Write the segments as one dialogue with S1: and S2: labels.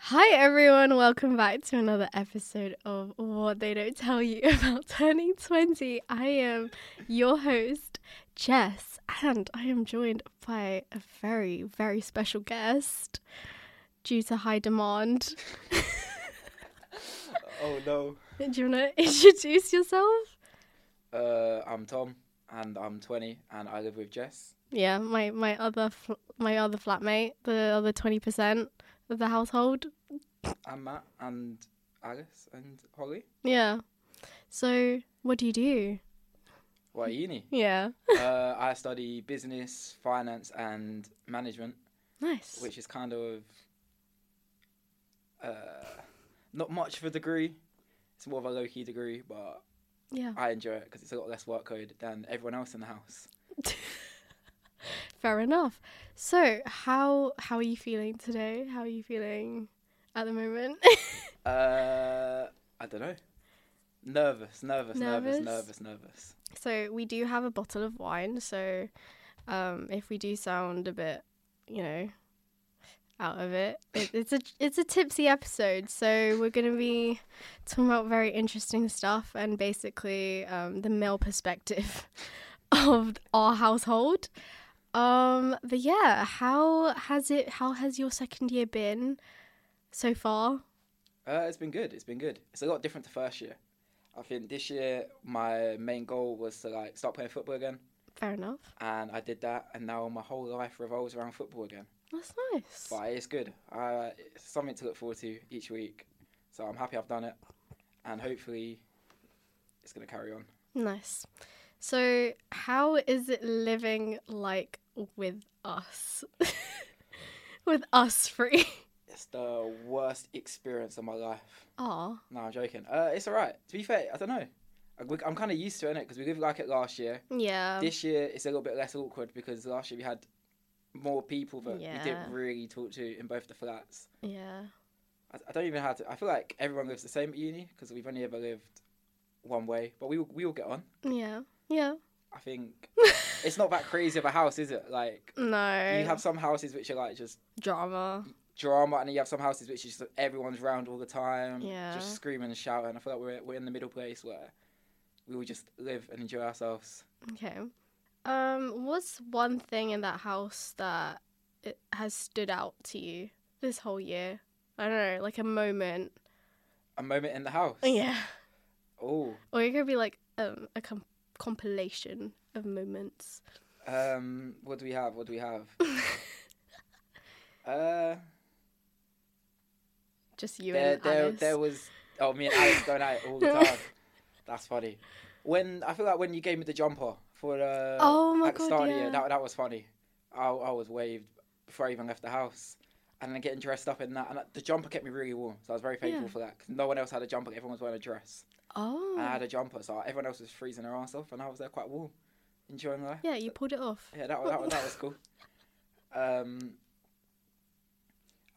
S1: Hi, everyone. Welcome back to another episode of What They Don't Tell You About Turning 20. I am your host, Jess, and I am joined by a very, very special guest due to high demand.
S2: Oh no.
S1: Do you want to introduce yourself?
S2: Uh, I'm Tom, and I'm 20, and I live with Jess.
S1: Yeah, my, my other fl- my other flatmate, the other 20% of the household.
S2: I'm Matt, and Alice, and Holly.
S1: Yeah. So, what do you do?
S2: What at uni?
S1: Yeah.
S2: uh, I study business, finance, and management,
S1: Nice.
S2: which is kind of uh, not much of a degree. It's more of a low key degree, but
S1: yeah.
S2: I enjoy it because it's a lot less workload than everyone else in the house.
S1: Fair enough. So, how how are you feeling today? How are you feeling at the moment?
S2: Uh, I don't know. Nervous, nervous, nervous,
S1: Nervous?
S2: nervous, nervous.
S1: so, we do have a bottle of wine. So, um, if we do sound a bit, you know, out of it, it it's a it's a tipsy episode. So, we're gonna be talking about very interesting stuff and basically um, the male perspective of our household. Um, but yeah, how has it? How has your second year been so far?
S2: Uh, it's been good. It's been good. It's a lot different to first year. I think this year my main goal was to like start playing football again,
S1: Fair enough.
S2: and I did that. And now my whole life revolves around football again.
S1: That's nice.
S2: But it's good. Uh, it's something to look forward to each week. So I'm happy I've done it, and hopefully it's gonna carry on.
S1: Nice. So, how is it living like with us? with us free.
S2: It's the worst experience of my life.
S1: Aw.
S2: No, I'm joking. Uh, it's alright. To be fair, I don't know. I- we- I'm kind of used to it because we lived like it last year.
S1: Yeah.
S2: this year it's a little bit less awkward because last year we had more people that we
S1: Yeah.
S2: didn't really talk to in both the flats.
S1: Yeah.
S2: I, I don't even know how to. I feel like everyone lives the same at uni because we've only ever lived one way, but we all- we all get on.
S1: Yeah. Yeah.
S2: I think it's not that crazy of a house, is it? Like
S1: No.
S2: you have some houses which are like just
S1: drama.
S2: drama, and then you have some houses which is just everyone's round all the time,
S1: Yeah.
S2: just screaming and shouting. I feel like we're we're in the middle place where we all just live and enjoy ourselves.
S1: Okay. Um, what's one thing in that house that it has stood out to you this whole year? I don't know, like a moment.
S2: A moment in the house.
S1: Yeah.
S2: Oh.
S1: Or it could be like um, a com- compilation of moments.
S2: Um, what do we have? What do we have? uh,
S1: Just you
S2: there,
S1: and
S2: there,
S1: Alice.
S2: there was. Oh, me and Alice going out all the time. That's funny. When I feel like when you gave me the jumper for uh,
S1: Oh my
S2: at the
S1: God,
S2: start of the
S1: yeah.
S2: year, that that was funny. I, I was waved before I even left the house, and then getting dressed up in that, and that, the jumper kept me really warm. So I was very thankful
S1: Yeah.
S2: for that. 'cause no one else had a jumper. Everyone was wearing a dress.
S1: Oh.
S2: And I had a jumper, so everyone else was freezing their ass off, and I was there quite warm, enjoying life.
S1: Yeah, you pulled it off.
S2: Yeah, that, wa- that, wa- that was cool. Um,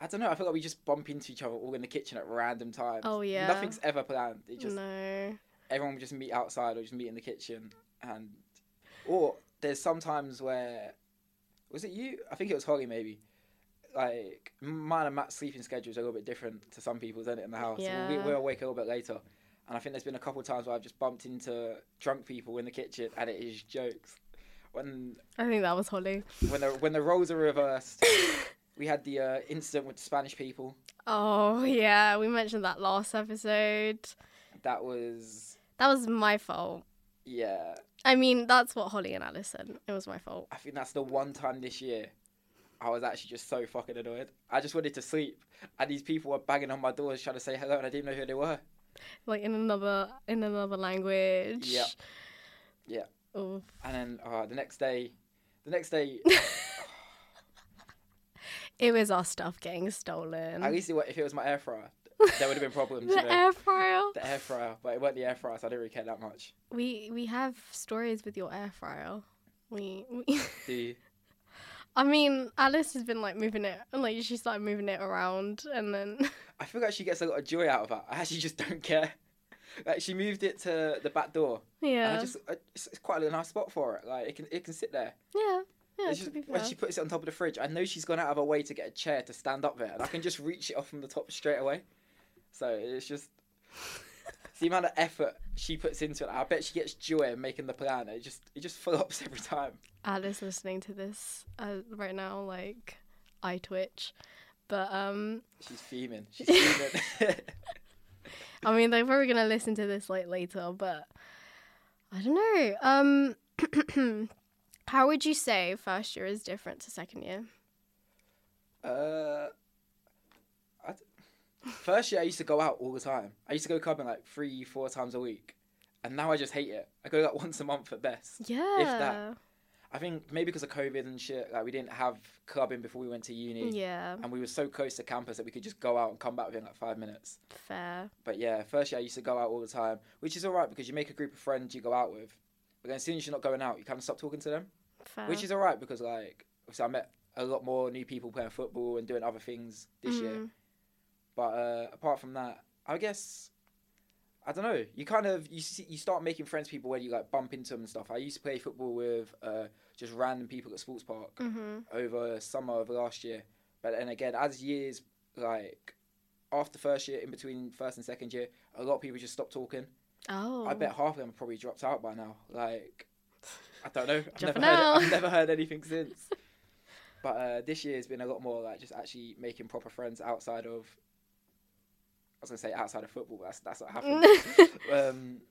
S2: I don't know. I feel like we just bump into each other all in the kitchen at random times.
S1: Oh, yeah.
S2: Nothing's ever planned. It just
S1: no.
S2: everyone would just meet outside or just meet in the kitchen, and or there's sometimes where was it you? I think it was Holly maybe. Like mine and Matt's sleeping schedules are a little bit different to some people's in it in the house. We,
S1: Yeah.
S2: we're awake a little bit later, and I think there's been a couple times where I've just bumped into drunk people in the kitchen, and it is jokes. When
S1: I think that was Holly.
S2: when the when the roles are reversed, we had the uh, incident with the Spanish people.
S1: Oh, yeah, we mentioned that last episode.
S2: That was
S1: That was my fault.
S2: yeah.
S1: I mean, that's what Holly and Alice said. It was my fault.
S2: I think that's the one time this year I was actually just so fucking annoyed. I just wanted to sleep, and these people were banging on my doors trying to say hello, and I didn't know who they were.
S1: Like in another in another language.
S2: Yeah. Yeah.
S1: Oof.
S2: And then uh, the next day, the next day,
S1: It was our stuff getting stolen.
S2: at least it, wa- if it was my air fryer, there would have been problems. you know?
S1: the air fryer.
S2: the air fryer, but it weren't the air fryer, so I didn't really care that much.
S1: We we have stories with your air fryer. We, we
S2: The
S1: I mean, Alice has been like moving it, like she started moving it around, and then
S2: I feel like she gets a lot of joy out of that. I actually just don't care. Like she moved it to the back door, And
S1: yeah,
S2: I just, I, it's, it's quite a nice spot for it. Like it can, it can sit there.
S1: yeah, Yeah,
S2: It's
S1: to
S2: just-
S1: be
S2: when
S1: fair.
S2: she puts it on top of the fridge, I know she's gone out of her way to get a chair to stand up there, and I can just reach it off from the top straight away. So it's just it's the amount of effort she puts into it. I bet she gets joy in making the plan. It just it just flops every time.
S1: Alice listening to this uh, right now, like I twitch. But um,
S2: She's fuming. She's fuming.
S1: I mean, they're probably gonna listen to this like later. But I don't know. Um, how would you say first year is different to second year?
S2: uh, I d- first year I used to go out all the time. I used to go clubbing like three, four times a week, and now I just hate it. I go like once a month at best.
S1: Yeah.
S2: I think maybe because of COVID and shit, like we didn't have clubbing before we went to uni.
S1: Yeah.
S2: And we were so close to campus that we could just go out and come back within like five minutes.
S1: Fair.
S2: But yeah, first year I used to go out all the time, which is all right because you make a group of friends you go out with. But then as soon as you're not going out, you kind of stop talking to them,
S1: Fair.
S2: which is all right because like, obviously I met a lot more new people playing football and doing other things this year.
S1: Mm,
S2: But uh, apart from that, I guess I don't know. You kind of you see, you start making friends with people where you like bump into them and stuff. I used to play football with uh, just random people at sports park
S1: Mhm.
S2: over summer of last year. But then again, as years like after first year, in between first and second year, a lot of people just stopped talking.
S1: Oh.
S2: I bet half of them have probably dropped out by now. Like, I don't know. I've never
S1: Dropping
S2: heard.
S1: out.
S2: I've never heard anything since. but uh, this year has been a lot more like just actually making proper friends outside of. I was gonna say outside of football, but that's that's not happening. um,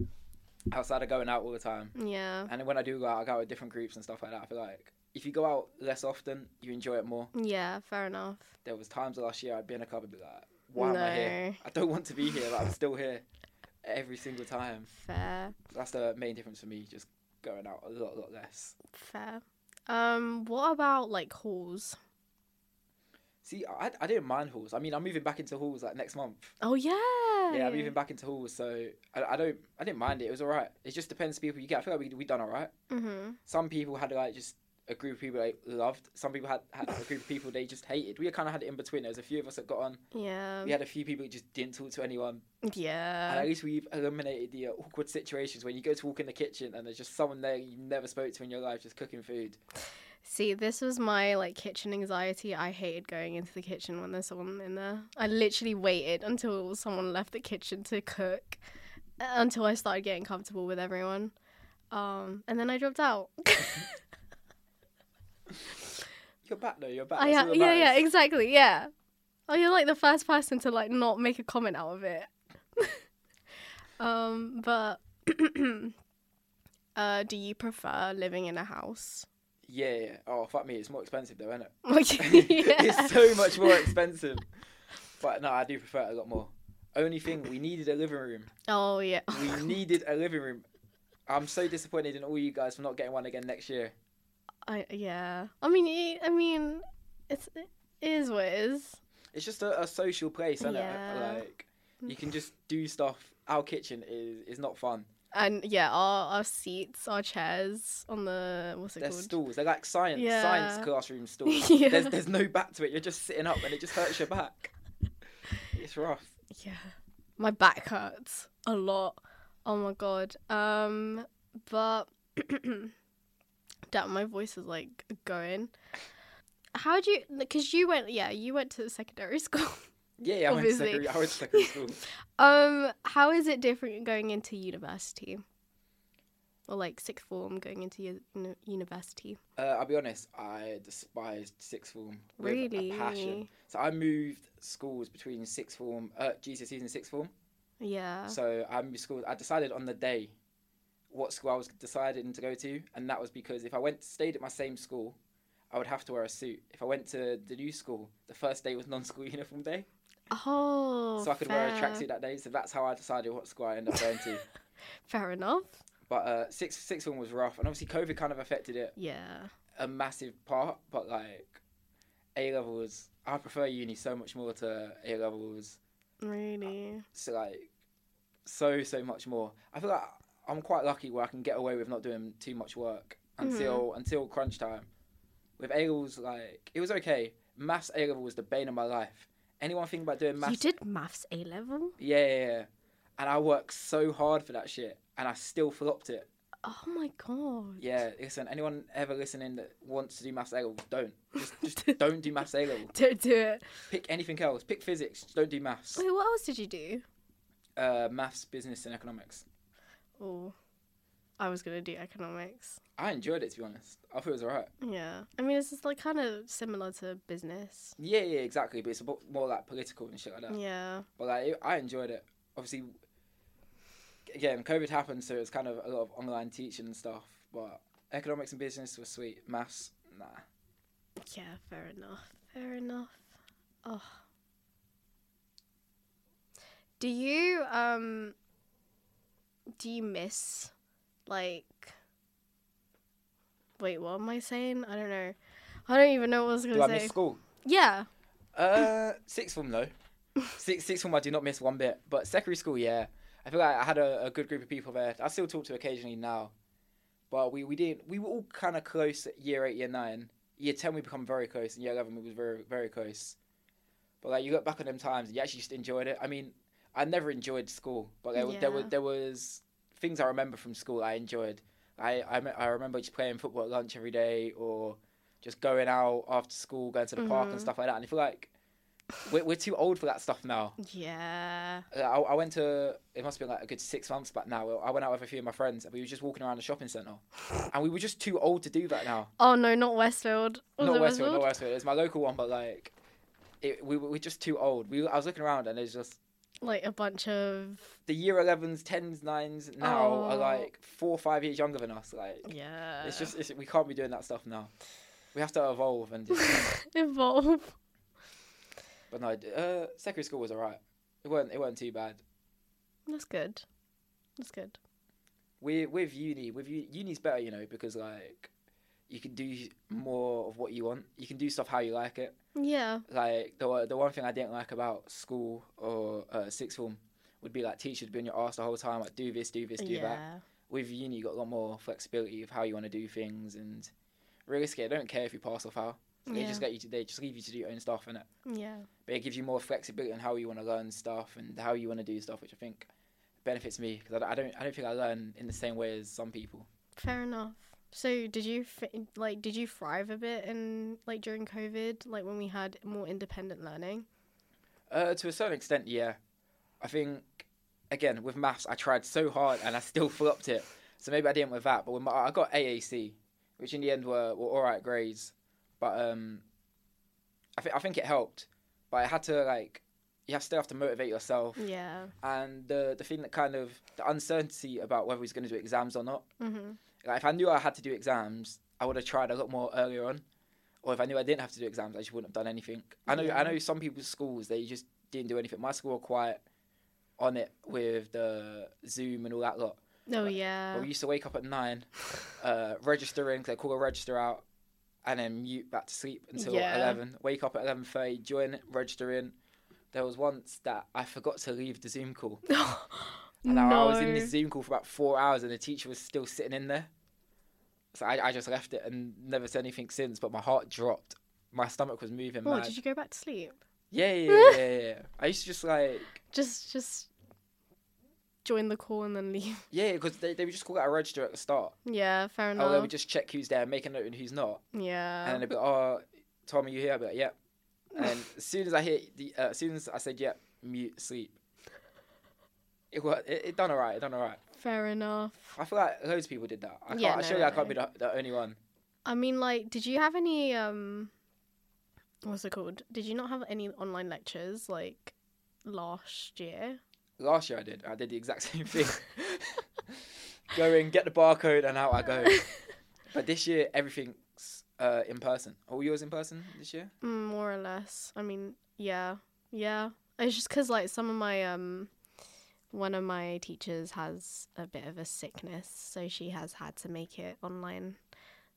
S2: outside of going out all the time.
S1: yeah.
S2: And when I do go out, I go out with different groups and stuff like that. I feel like if you go out less often, you enjoy it more.
S1: Yeah. Fair enough.
S2: There was times last year I'd be in a club and be like, "Why am I here?
S1: No.
S2: I don't want to be here, but I'm still here every single time."
S1: Fair.
S2: That's the main difference for me, just going out a lot, lot less.
S1: Fair. Um, what about like halls?
S2: See, I, I didn't mind halls. I mean, I'm moving back into halls like next month.
S1: Oh yeah.
S2: Yeah, I'm moving back into halls, so I, I don't I didn't mind it. It was all right. It just depends on people you get. I feel like we we done all right.
S1: Mhm.
S2: Some people had like just a group of people they loved. Some people had, had a group of people they just hated. We kind of had it in between. There was a few of us that got on
S1: Yeah.
S2: We had a few people who just didn't talk to anyone. and
S1: Yeah.
S2: at least we've eliminated the uh, awkward situations when you go to walk in the kitchen and there's just someone there you never spoke to in your life just cooking food.
S1: See, this was my like kitchen anxiety. I hated going into the kitchen when there's someone in there. I literally waited until someone left the kitchen to cook uh, until I started getting comfortable with everyone. Um, and then I dropped out.
S2: You're back though, you're back.
S1: I
S2: that's
S1: ha-
S2: all that
S1: Oh, yeah, yeah,
S2: matters.
S1: exactly, yeah. Oh, you're like the first person to like not make a comment out of it. um, but uh, do you prefer living in a house?
S2: yeah, yeah. Oh, fuck me, it's more expensive though, isn't it?
S1: Like, yeah.
S2: it's so much more expensive. but no, I do prefer it a lot more. Only thing, we needed a living room.
S1: Oh yeah.
S2: We needed a living room. I'm so disappointed in all you guys for not getting one again next year.
S1: I yeah. I mean, it, I mean, it's it is what it is.
S2: It's just a, a social place, isn't
S1: Yeah.
S2: it? Like, you can just do stuff. Our kitchen is, is not fun.
S1: And yeah, our our seats, our chairs on the what's it
S2: They're
S1: called?
S2: stools. They're like science
S1: Yeah.
S2: science classroom stools.
S1: Yeah.
S2: There's there's no back to it. You're just sitting up and it just hurts your back. It's rough.
S1: Yeah. My back hurts a lot. Oh my god. Um but damn my voice is like going. How do you cuz you went yeah, you went to secondary school.
S2: Yeah, yeah I went to
S1: Obviously.
S2: secondary, I went to secondary school.
S1: um how is it different going into university? Or like sixth form going into u- uni- university.
S2: Uh, I'll be honest, I despised sixth form with
S1: Really?
S2: a passion. So I moved schools between sixth form, uh, GCSEs and sixth form.
S1: Yeah.
S2: So I moved schools. I decided on the day what school I was deciding to go to, and that was because if I went stayed at my same school, I would have to wear a suit. If I went to the new school, the first day was non-school uniform day.
S1: Oh.
S2: so I could
S1: fair.
S2: wear a tracksuit that day. So that's how I decided what school I ended up going to.
S1: Fair enough.
S2: But uh, six six one was rough, and obviously COVID kind of affected it
S1: Yeah.
S2: a massive part. But like A levels, I prefer uni so much more to A levels.
S1: Really.
S2: So like so so much more. I feel like I'm quite lucky where I can get away with not doing too much work until until crunch time. With A levels, like it was okay. Maths A level was the bane of my life. Anyone think about doing maths
S1: You did maths A level?
S2: Yeah, yeah, yeah. And I worked so hard for that shit, and I still flopped it.
S1: Oh my god.
S2: Yeah, listen, anyone ever listening that wants to do maths A level, don't. Just, just don't do maths A level.
S1: Don't do it.
S2: Pick anything else. Pick physics. Don't do maths.
S1: Wait, what else did you do?
S2: Uh, maths, business, and economics.
S1: Oh, I was gonna do economics.
S2: I enjoyed it to be honest. I thought it was alright.
S1: Yeah. I mean, it's just like kind of similar to business.
S2: Yeah, yeah, exactly. But it's a bit more like political and shit like that.
S1: Yeah.
S2: But like, it, I enjoyed it. Obviously, again, COVID happened, so it's kind of a lot of online teaching and stuff. But economics and business was sweet. Maths, nah.
S1: Yeah. Fair enough. Fair enough. Oh. Do you um? Do you miss, like? Wait, what am I saying? I don't know. I don't even know what I was gonna
S2: Do I
S1: say.
S2: miss school?
S1: yeah.
S2: Uh, sixth form no. Six, sixth form I do not miss one bit. But secondary school, yeah. I feel like I had a, a good group of people there. I still talk to occasionally now, but we, we didn't. We were all kind of close at year eight, year nine, year ten. We become very close, and year eleven we was very very close. But like you look back on them times, and you actually just enjoyed it. I mean, I never enjoyed school, but there, were there were
S1: Yeah.
S2: there was things I remember from school I enjoyed. I, I me- I remember just playing football at lunch every day, or just going out after school, going to the park and
S1: Mhm.
S2: stuff like that. And I feel like we're, we're too old for that stuff now.
S1: Yeah.
S2: Uh, I, I went to it must have been like a good six months back now. I went out with a few of my friends and we were just walking around the shopping centre, and we were just too old to do that now.
S1: Oh no, not Westfield. Was
S2: not
S1: it
S2: Westfield, not Westfield. It was my local one, but like, it, we were- we're just too old. We I was looking around and it's just
S1: Like a bunch of
S2: the year 11s, 10s, 9s now are
S1: Oh.
S2: like four or five years younger than us. Like,
S1: yeah.
S2: it's just it's, we can't be doing that stuff now. We have to evolve and just,
S1: evolve.
S2: but no, uh, secondary school was alright. It weren't it weren't too bad.
S1: That's good. That's good.
S2: with with uni with u- uni's better you know because like you can do more of what you want you can do stuff how you like it
S1: Yeah.
S2: like the one- the one thing i didn't like about school or uh, sixth form would be like teachers being your ass the whole time like do this do this do that
S1: yeah.
S2: with uni you got a lot more flexibility of how you want to do things and realistically they don't care if you pass or fail so they
S1: Yeah.
S2: just let you to, they just leave you to do your own stuff and it
S1: Yeah.
S2: but it gives you more flexibility on how you want to learn stuff and how you want to do stuff which i think benefits me because I, don't- I don't i don't think i learn in the same way as some people
S1: Fair enough. So, did you fi- like did you thrive a bit in like during COVID, like when we had more independent learning?
S2: Uh, to a certain extent, yeah. I think again with maths, I tried so hard and I still flopped it. So maybe I didn't with that, but with my, I got AAC, which in the end were, were all right grades. But um, I think I think it helped. But I had to like you have still have to motivate yourself,
S1: Yeah.
S2: and the the thing that kind of the uncertainty about whether he's going to do exams or not.
S1: Mm-hmm.
S2: Like if I knew I had to do exams, I would have tried a lot more earlier on. Or if I knew I didn't have to do exams, I just wouldn't have done anything. I know I
S1: Yeah.
S2: know some people's schools they just didn't do anything. My school were quite on it with the Zoom and all that lot.
S1: Oh
S2: But-
S1: yeah.
S2: But we used to wake up at nine, uh, register in, 'cause they call a register out, and then mute back to sleep until
S1: Yeah.
S2: eleven. Wake up at eleven thirty, join, it, register in. There was once that I forgot to leave the Zoom call, and
S1: no.
S2: I was in this Zoom call for about four hours, and the teacher was still sitting in there. So I, I just left it and never said anything since. But my heart dropped. My stomach was moving.
S1: Oh,
S2: mad.
S1: did you go back to sleep?
S2: Yeah, yeah, yeah, yeah, yeah. I used to just like
S1: Just just join the call and then leave.
S2: yeah, because they, they would just call out a register at the start.
S1: Yeah, fair
S2: Oh,
S1: enough.
S2: they would just check who's there, make a note and who's not, and
S1: yeah.
S2: then they'd be like, "Oh, Tom, are you here?" I'd be like, "Yep." And as soon as I hit the, uh, as soon as I said "yep," mute sleep. It was it, it done alright. It done alright.
S1: fair enough.
S2: I feel like loads of people did that. I can't.
S1: Yeah,
S2: I
S1: no,
S2: surely
S1: no,
S2: I can't be the, the only one.
S1: I mean, like, did you have any um, what's it called? Did you not have any online lectures like last year?
S2: Last year I did. I did the exact same thing. go in, get the barcode, and out I go. But this year everything's uh, in person. All yours in person this year?
S1: Mm, More or less. I mean, yeah, yeah. It's just because like some of my um, one of my teachers has a bit of a sickness, so she has had to make it online.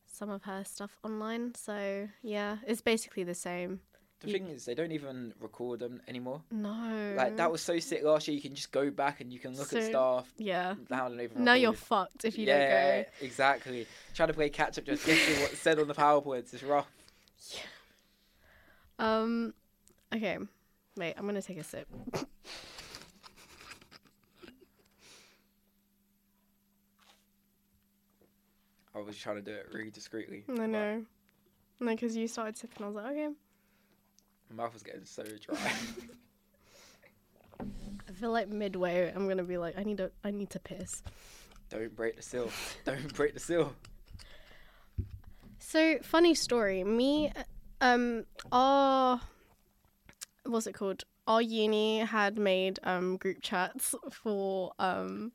S1: Some of her stuff online, so yeah, it's basically the same.
S2: The
S1: You-
S2: thing is, they don't even record them anymore.
S1: No,
S2: Like that was so sick last year. You can just go back and you can look at
S1: Mm. So-
S2: stuff.
S1: yeah.
S2: Now they don't even.
S1: Now
S2: record.
S1: you're fucked if you
S2: Mm, yeah,
S1: don't go.
S2: exactly. Trying to play catch up, just guessing what's said on the powerpoints. It's rough.
S1: Um, okay. Wait, I'm gonna take a sip.
S2: was trying to do it really discreetly.
S1: I know. No, because you started sipping. I was like, okay.
S2: My mouth was getting so dry.
S1: I feel like midway, I'm gonna be like, I need to, I need to piss.
S2: Don't break the seal. Don't break the seal.
S1: So funny story. Me, um, our what's it called? Our uni had made um group chats for um.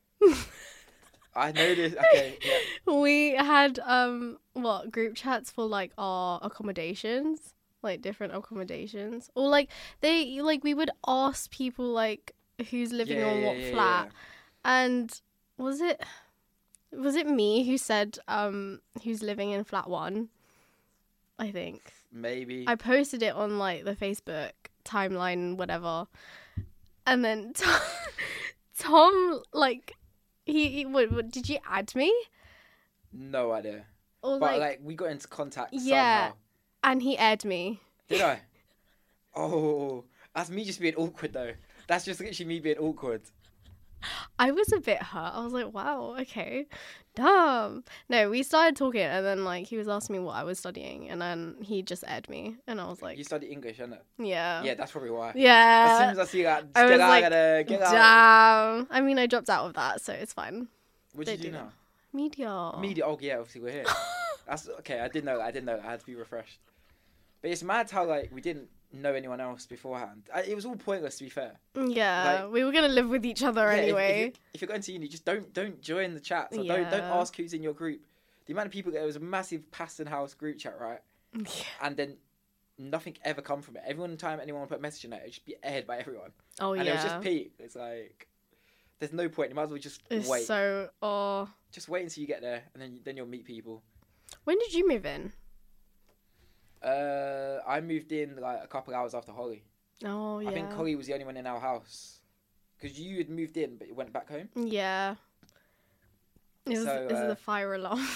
S2: I know this. Okay, yeah.
S1: we had um what group chats for like our accommodations, like different accommodations, or like they like we would ask people like who's living
S2: yeah,
S1: on
S2: yeah,
S1: what
S2: yeah,
S1: flat,
S2: yeah.
S1: and was it was it me who said um who's living in flat one? I think.
S2: Maybe.
S1: I posted it on like the Facebook timeline, whatever, and then Tom, Tom like he, he what, what did you add me
S2: No idea.
S1: or
S2: But
S1: like,
S2: like, we got into contact
S1: Yeah.
S2: somehow.
S1: and he aired me?
S2: Did I? Oh, that's me just being awkward though. That's just literally me being awkward.
S1: I was a bit hurt. I was like, wow, okay, dumb. No, we started talking, and then like he was asking me what I was studying, and then he just aired me, and I was like, "Oh."
S2: You study English, innit?
S1: yeah,
S2: Yeah, that's probably why. As soon
S1: yeah,
S2: as I see that,
S1: I was
S2: get out
S1: like,
S2: of there, get out.
S1: damn. I mean, I dropped out of that, so it's fine.
S2: What do you
S1: Don't
S2: do
S1: do
S2: now?
S1: Media.
S2: Media. Oh yeah, obviously we're here. That's okay. I didn't know. That. I didn't know. That. I had to be refreshed. But it's mad how like we didn't know anyone else beforehand. I, it was all pointless to be fair.
S1: Yeah, we were gonna live with each other
S2: Yeah, if- if you-
S1: anyway.
S2: If, you're going to uni, just don't don't join the chats or don't don't
S1: Yeah.
S2: ask who's in your group. The amount of people there was a massive Paston House group chat, right? And then nothing ever come from it. Every time anyone put a message in it, it'd just be aired by everyone.
S1: Oh
S2: and
S1: yeah,
S2: it was just Pete. It's like there's no point. You might as well just
S1: it's
S2: wait.
S1: so. Oh,
S2: Just wait until you get there, and then then you'll meet people.
S1: when did you move in?
S2: Uh, I moved in like a couple hours after Holly.
S1: Oh yeah,
S2: I think Holly was the only one in our house because you had moved in, but you went back home.
S1: yeah. It was,
S2: So,
S1: it was
S2: uh,
S1: the fire alarm.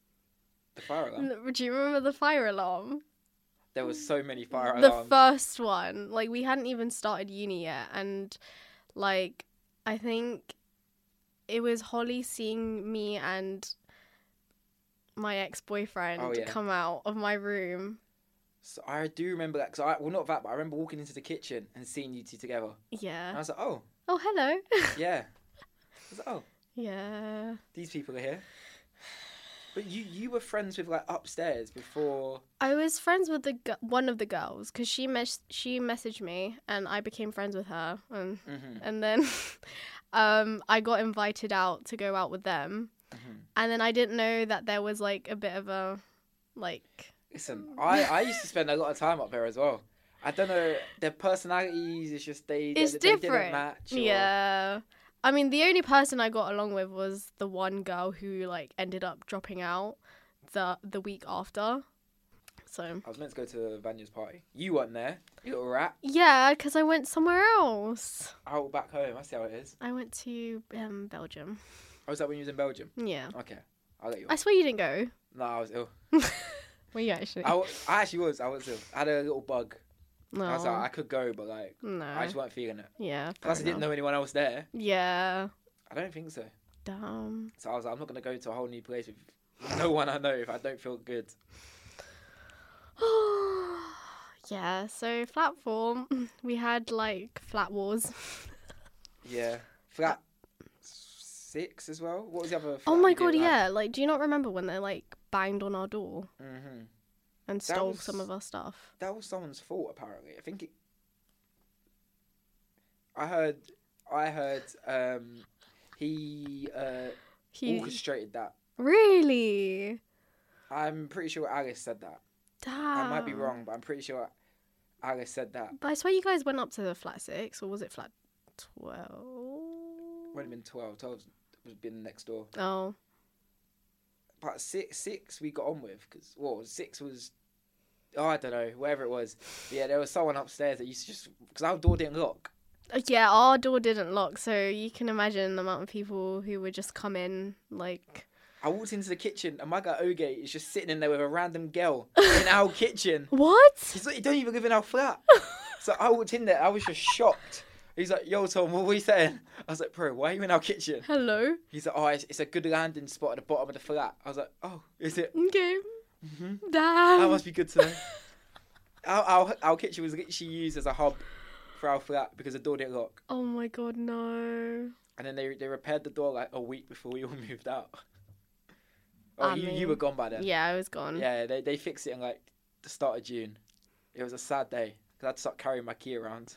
S2: The fire alarm.
S1: Do you remember the fire alarm?
S2: There was so many fire
S1: the
S2: alarms.
S1: first one. Like we hadn't even started uni yet, and like I think it was Holly seeing me and my ex-boyfriend
S2: Oh, yeah.
S1: come out of my room.
S2: So I do remember that because I well not that, but I remember walking into the kitchen and seeing you two together. And I
S1: Yeah.
S2: was like, oh
S1: Oh hello.
S2: yeah. I was like, oh
S1: yeah.
S2: these people are here. But you you were friends with like upstairs before.
S1: I was friends with the gu- one of the girls because she mes- she messaged me and I became friends with her and
S2: hmm
S1: and then um, I got invited out to go out with them
S2: Mhm.
S1: and then I didn't know that there was like a bit of a like
S2: Listen, I I used to spend a lot of time up there as well. I don't know their personalities. It's just they
S1: It's
S2: they, They didn't
S1: different.
S2: match. or-
S1: yeah. I mean, the only person I got along with was the one girl who like ended up dropping out the the week after. So
S2: I was meant to go to Vanya's party. You weren't there. You little rat.
S1: yeah, because I went somewhere else.
S2: Out back home. I see how it is.
S1: I went to um, Belgium.
S2: Oh, was that when you was in Belgium?
S1: Yeah.
S2: Okay. I'll let you.
S1: I swear you didn't go.
S2: No, I was ill.
S1: Were you actually?
S2: I, wa- I actually was. I was ill. I had a little bug.
S1: no.
S2: I was like, I could go, but like,
S1: no.
S2: I just weren't feeling it.
S1: yeah.
S2: Plus, I
S1: fair
S2: didn't
S1: enough.
S2: know anyone else there.
S1: Yeah.
S2: I don't think so.
S1: Damn.
S2: So I was like, I'm not gonna go to a whole new place with no one I know if I don't feel good.
S1: yeah. So flat form, we had like flat wars.
S2: Yeah. Flat six as well. What was the other?
S1: oh my god, yeah. Like, do you not remember when they like banged on our door
S2: hmm
S1: and
S2: That
S1: stole
S2: was-
S1: some of our stuff?
S2: That was someone's fault apparently. I think it. I heard. I heard. Um, he uh,
S1: He
S2: orchestrated that.
S1: really.
S2: I'm pretty sure Alice said that.
S1: Damn.
S2: I might
S1: Um,
S2: be wrong, but I'm pretty sure Alice said that.
S1: But I swear you guys went up to the flat six, or was it flat twelve?
S2: Would have been 12. 12 would have been next door.
S1: Oh,
S2: But six, six we got on with because well, six was. Oh, I don't know, whatever it was. But yeah, there was someone upstairs that used to just because our door didn't lock.
S1: Uh, Yeah, our door didn't lock, so you can imagine the amount of people who would just come in like
S2: I walked into the kitchen and my guy Oge is just sitting in there with a random girl in our kitchen.
S1: What?
S2: He's like, you don't even live in our flat. so I walked in there, I was just shocked. He's like, yo, Tom, what are we saying? I was like, bro, why are you in our kitchen?
S1: Hello.
S2: He's like, oh, it's, it's a good landing spot at the bottom of the flat. I was like, oh, is it?
S1: Okay.
S2: hmm
S1: Mm-hmm. Damn.
S2: That must be good to know. our, our, our kitchen was literally used as a hub for our flat because the door didn't lock.
S1: oh my god, no.
S2: And then they, they repaired the door like a week before we all moved out. Oh,
S1: I
S2: you, you
S1: mean,
S2: were gone by
S1: Yeah,
S2: then.
S1: I was gone.
S2: Yeah, they, they fixed it in like the start of June. It was a sad day because I had to start carrying my key around.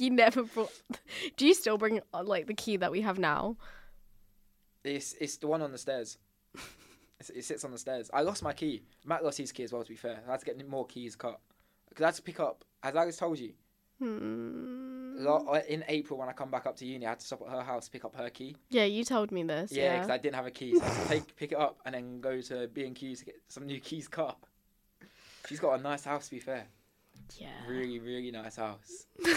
S1: You never brought. Do you still bring uh, like the key that we have now?
S2: It's it's the one on the stairs. It's, it sits on the stairs. I lost my key. Matt lost his key as well. To be fair, I had to get more keys cut. Cause I had to pick up. As I just told you,
S1: Hmm.
S2: lo- uh, in April when I come back up to uni, I had to stop at her house to pick up her key.
S1: Yeah, you told me this.
S2: Yeah,
S1: Yeah.
S2: because I didn't have a key, so I had to take pick it up and then go to B and Q to get some new keys cut. She's got a nice house. To be fair,
S1: Yeah.
S2: really really nice house.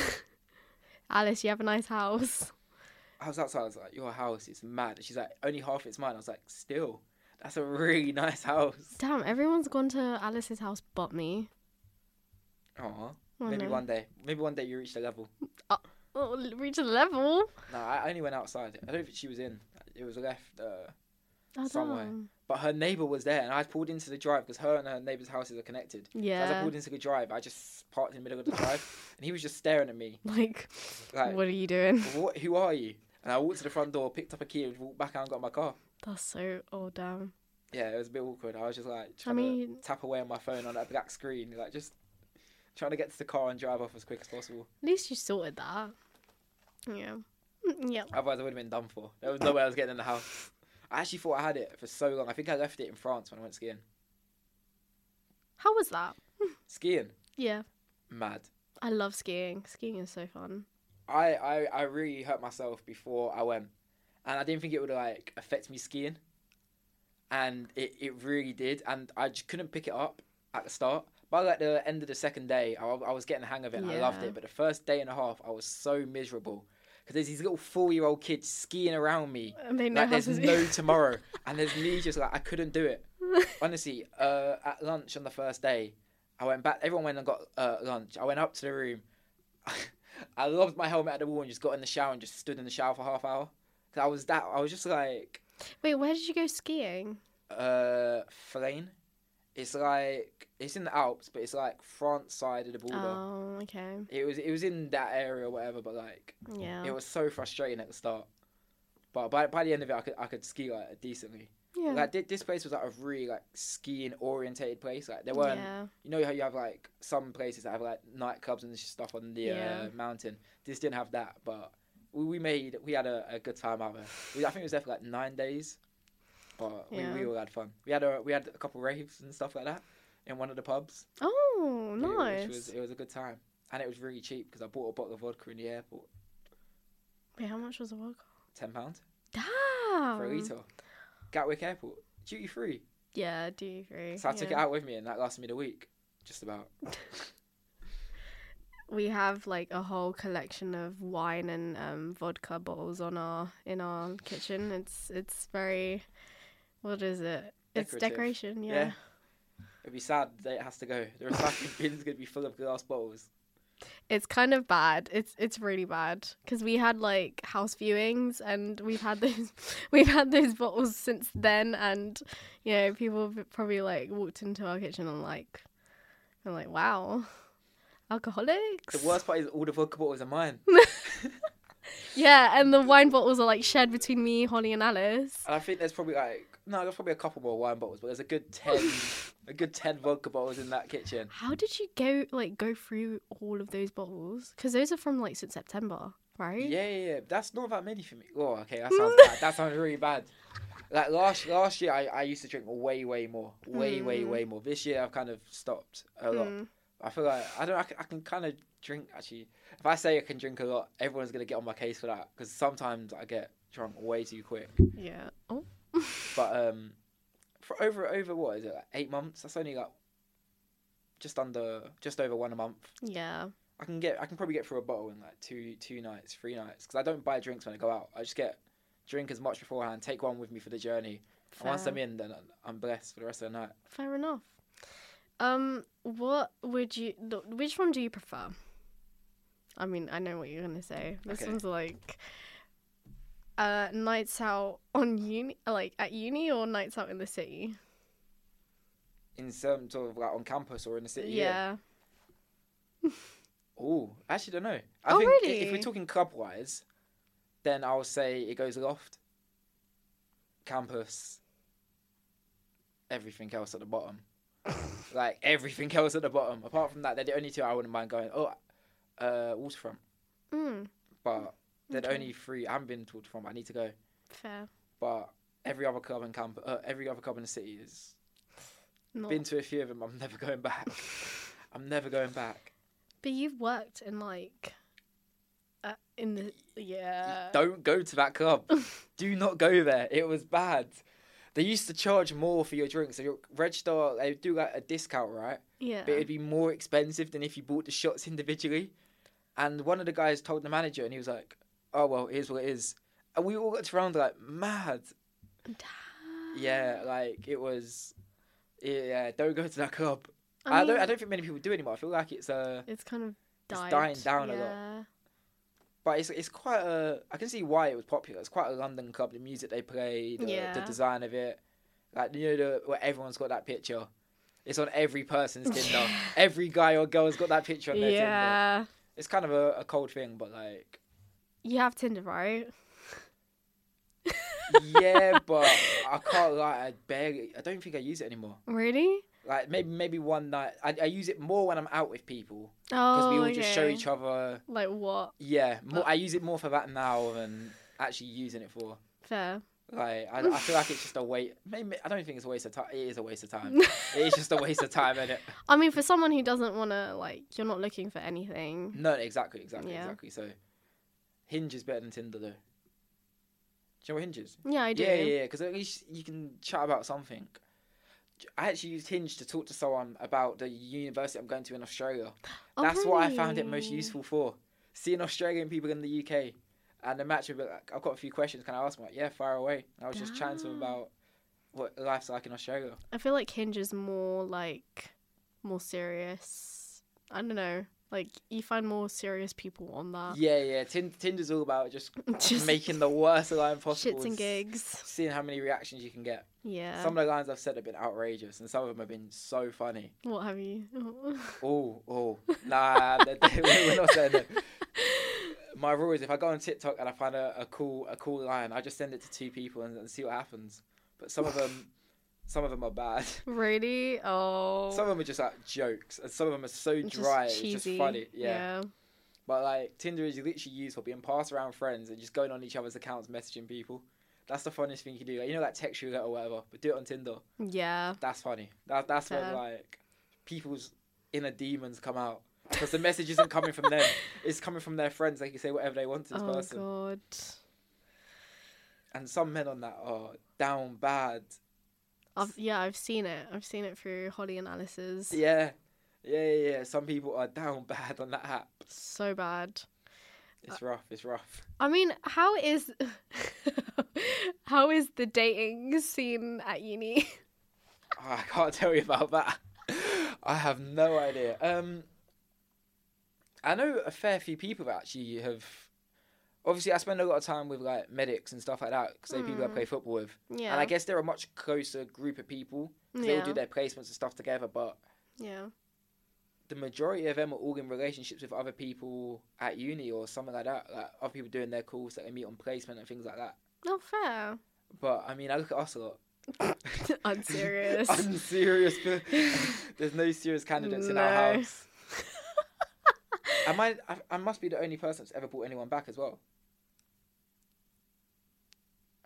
S1: Alice, you have a nice house.
S2: I was outside. I was like, "Your house is mad." And she's like, "Only half it's mine." I was like, "Still, that's a really nice house."
S1: Damn, everyone's gone to Alice's house but me.
S2: Aww.
S1: Oh,
S2: Maybe
S1: no.
S2: one day. Maybe one day you reach the level.
S1: Oh, l- reach a level.
S2: No, I I only went outside. I don't think she was in. It was left. Uh,
S1: Oh,
S2: Somewhere.
S1: damn.
S2: but her neighbor was there, and I pulled into the drive because her and her neighbor's houses are connected. So as I
S1: Yeah.
S2: pulled into the drive, I just parked in the middle of the drive, and he was just staring at me
S1: Like,
S2: like,
S1: what are you doing?
S2: "What? Who are you?" And I walked to the front door, picked up a key, and walked back out and got in my car.
S1: That's so. Oh, damn.
S2: Yeah, it was a bit awkward. I was just like trying
S1: mean-
S2: to tap away on my phone on that black screen, like just trying to get to the car and drive off as quick as possible.
S1: At least you sorted that. Yeah. Mm, Yeah.
S2: Otherwise, I would have been done for. There was no way I was getting in the house. I actually thought I had it for so long. I think I left it in France when I went skiing.
S1: How was that?
S2: Skiing,
S1: Yeah.
S2: mad.
S1: I love skiing. Skiing is so fun.
S2: I, I, I really hurt myself before I went, and I didn't think it would like affect me skiing, and it, it really did. And I just couldn't pick it up at the start. By like the end of the second day, I, I was getting the hang of it. and I loved
S1: Yeah.
S2: it. But the first day and a half, I was so miserable because there's these little four year old kids skiing around me.
S1: And they know
S2: Like
S1: how
S2: there's
S1: to
S2: no tomorrow, and there's me just like I couldn't do it. Honestly, uh, at lunch on the first day, I went back. Everyone went and got uh, lunch. I went up to the room. I lobbed my helmet at the wall and just got in the shower and just stood in the shower for half hour. 'Cause I was that. I was just like
S1: Wait, where did you go skiing?
S2: uh, Flaine. It's like it's in the Alps, but it's like France side of the border.
S1: Oh, okay.
S2: It was it was in that area or whatever, but like
S1: Yeah.
S2: it was so frustrating at the start. But by by the end of it, I could I could ski like decently.
S1: yeah.
S2: Like thi- this place was like a really like skiing orientated place. Like there weren't, you know how you have like some places that have like nightclubs and stuff on the
S1: Yeah.
S2: uh, mountain. This didn't have that, but we, we made we had a, a good time out there. We, I think it was there for like nine days, but we,
S1: Yeah.
S2: we all had fun. We had a we had a couple raves and stuff like that in one of the pubs.
S1: Oh,
S2: which
S1: nice.
S2: was it was a good time, and it was really cheap because I bought a bottle of vodka in the airport,
S1: Wait, how much was the vodka?
S2: ten pound
S1: Damn.
S2: for a litre. Gatwick Airport, duty free.
S1: Yeah, do you agree?
S2: So I took it out with me, and that lasted me the week, just about.
S1: We have like a whole collection of wine and um, vodka bottles on our in our kitchen. It's it's very, what is it? It's
S2: Decorative.
S1: decoration. Yeah.
S2: Yeah. It'd be sad that it has to go. The recycling bin's gonna be full of glass bottles.
S1: It's kind of bad. It's it's really bad because we had like house viewings and we've had those we've had those bottles since then and you know people have probably like walked into our kitchen and like and like wow alcoholics
S2: The worst part is all the vodka bottles are mine,
S1: yeah and the wine bottles are like shared between me Holly and Alice
S2: and I think there's probably like no, there's probably a couple more wine bottles, but there's a good ten, a good ten vodka bottles in that kitchen.
S1: how did you go like go through all of those bottles because those are from like since September right
S2: Yeah, yeah, yeah. That's not that many for me. Oh, okay, that sounds bad. That sounds really bad. Like last last year, I, I used to drink way way more, way way
S1: Mm.
S2: way more. This year, I've kind of stopped a lot.
S1: Mm.
S2: I feel like I don't. I can, I can kind of drink actually. If I say I can drink a lot, everyone's gonna get on my case for that because sometimes I get drunk way too quick.
S1: yeah oh
S2: But um, for over over what is it? Like eight months? That's only like just under, just over one a month.
S1: yeah
S2: I can get. I can probably get through a bottle in like two two nights, three nights because I don't buy drinks when I go out. I just get drink as much beforehand. Take one with me for the journey. And once
S1: fair.
S2: I'm in, then I'm blessed for the rest of the night.
S1: Fair enough. Um, what would you? th- Which one do you prefer? I mean, I know what you're gonna say. This
S2: Okay.
S1: one's like uh nights out on uni, like at uni, or nights out in the city.
S2: in some sort of like on campus or in the city.
S1: yeah.
S2: Oh, actually, don't know. I
S1: Oh,
S2: think i- If
S1: really?
S2: we're talking club wise, then I'll say it goes loft, campus, everything else at the bottom. like everything else at the bottom. Apart from that, they're the only two I wouldn't mind going. Oh, uh, waterfront,
S1: Mm,
S2: but they're the
S1: Okay.
S2: only three. I haven't been to waterfront. But I need to go.
S1: fair.
S2: But every other club in camp, uh, every other club in the city is.
S1: Not.
S2: Been to a few of them. I'm never going back. I'm never going back.
S1: But you've worked in like uh, in the yeah.
S2: Don't go to that club. Do not go there. It was bad. They used to charge more for your drinks. So your register, they do like a discount, right?
S1: yeah.
S2: But it'd be more expensive than if you bought the shots individually. And one of the guys told the manager, and he was like, "Oh well, here's what it is." And we all got around like mad. Yeah, like it was. Yeah, don't go to that club.
S1: I,
S2: I, don't. I
S1: mean,
S2: don't think many people do anymore. I feel like it's uh
S1: It's kind of
S2: It's
S1: died.
S2: dying down a lot.
S1: yeah.
S2: but it's it's quite a. I can see why it was popular. It's quite a London club. The music they play, the, the
S1: Yeah.
S2: design of it, like you know, the, where everyone's got that picture. It's on every person's Tinder.
S1: Yeah.
S2: Every guy or girl's got that picture on their Tinder.
S1: Yeah.
S2: It's kind of a, a cold thing, but like,
S1: You have Tinder, right?
S2: yeah, but I can't lie. I barely. I don't think I use it anymore.
S1: Really?
S2: Like maybe maybe one night. I, I use it more when I'm out with people because
S1: Oh,
S2: we all
S1: okay.
S2: just show each other.
S1: Like what?
S2: Yeah, more,
S1: Oh.
S2: I use it more for that now than actually using it for.
S1: Fair.
S2: Like I, I feel like it's just a waste. Maybe I don't think it's a waste of time. It is a waste of time. it is just a waste of time, and
S1: I mean, for someone who doesn't want to, like, you're not looking for anything.
S2: no, exactly, exactly,
S1: Yeah.
S2: exactly. So, Hinge is better than Tinder, though. Do you know what Hinge is?
S1: Yeah, I do.
S2: Mm. Yeah, yeah, because at least you can chat about something. I actually used Hinge to talk to someone about the university I'm going to in Australia.
S1: Oh,
S2: That's what I found it most
S1: really?
S2: useful for. Seeing Australian people in the UK, and the match would be like, I've got a few questions. Can I ask them? Like, yeah, fire away. And I was just chatting to them
S1: Damn.
S2: about what life's like in Australia.
S1: I feel like Hinge is more, like, more serious. I don't know. Like, you find more serious people on that.
S2: Yeah, yeah. Tin- Tinder's all about just,
S1: just
S2: making the worst line possible.
S1: shits and
S2: s-
S1: gigs.
S2: Seeing how many reactions you can get.
S1: Yeah.
S2: Some of the lines I've said have been outrageous, and some of them have been so funny.
S1: What have you?
S2: Oh, oh, nah, they- they- we're not saying that. My rule is if I go on TikTok and I find a, a cool a cool line, I just send it to two people and, and see what happens. But some of them, some of them are bad.
S1: really? Oh.
S2: Some of them are just like jokes, and some of them are so
S1: Just
S2: dry, it's
S1: cheesy.
S2: just funny. yeah.
S1: yeah.
S2: But like Tinder is literally used for being passed around friends and just going on each other's accounts messaging people. That's the funniest thing you can do. Like, you know, like text you a letter or whatever, but do it on Tinder.
S1: Yeah.
S2: That's funny. That that's when
S1: Fair.
S2: like people's inner demons come out because the message isn't coming from them. It's coming from their friends. They can say whatever they want to this
S1: oh
S2: person.
S1: god.
S2: And some men on that are down bad.
S1: I've, yeah, I've seen it. I've seen it through Holly and Alice's.
S2: Yeah, yeah, yeah. yeah. Some people are down bad on that app.
S1: So bad. Uh,
S2: It's rough. It's rough.
S1: I mean, how is how is the dating scene at uni?
S2: Oh, I can't tell you about that. I have no idea. Um, I know a fair few people that actually have. Obviously, I spend a lot of time with like medics and stuff like that because they're people I
S1: Mm.
S2: play football with,
S1: Yeah.
S2: and I guess they're a much closer group of people. 'cause They all do
S1: yeah.
S2: their placements and stuff together, but
S1: yeah.
S2: the majority of them are all in relationships with other people at uni or something like that. Like other people doing their calls that they meet on placement and things like that.
S1: Not fair.
S2: But I mean, I look at us a lot.
S1: I'm serious.
S2: Unserious. There's no serious candidates in our
S1: No.
S2: house. Am I, I? I must be the only person that's ever brought anyone back as well.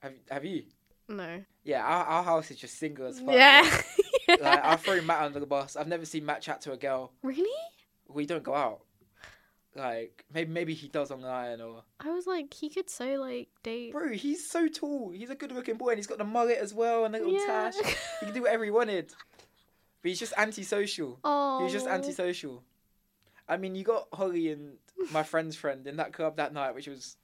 S2: Have Have you?
S1: no.
S2: Yeah, our, our house is just single as fuck.
S1: Yeah.
S2: Like, like, I've thrown Matt under the bus. I've never seen Matt chat to a girl.
S1: really?
S2: We don't go out. Like maybe maybe he does online or
S1: I was like, he could so like date.
S2: bro. He's so tall. He's a good looking boy and he's got the mullet as well and a little
S1: yeah.
S2: tash. He can do whatever he wanted. But he's just antisocial.
S1: oh.
S2: He was just antisocial. I mean, you got Holly and my friend's friend in that club that night, which was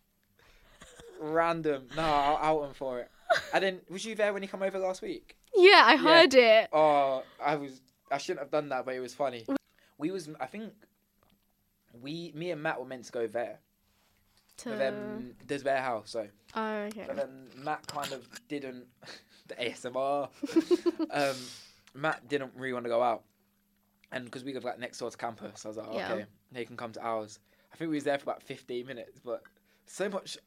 S2: random. No, I'll out him for it. And then, was you there when he come over last week?
S1: Yeah, I heard it.
S2: Oh, I was. I shouldn't have done that, but it was funny. We was. I think. we, me and Matt were meant to go there,
S1: To
S2: but then there's their house, so
S1: oh, okay.
S2: but then Matt kind of didn't. the ASMR. um, Matt didn't really want to go out, and because we live like next door to campus, I was like, oh,
S1: Yeah.
S2: okay, they can come to ours. I think we was there for about fifteen minutes, but so much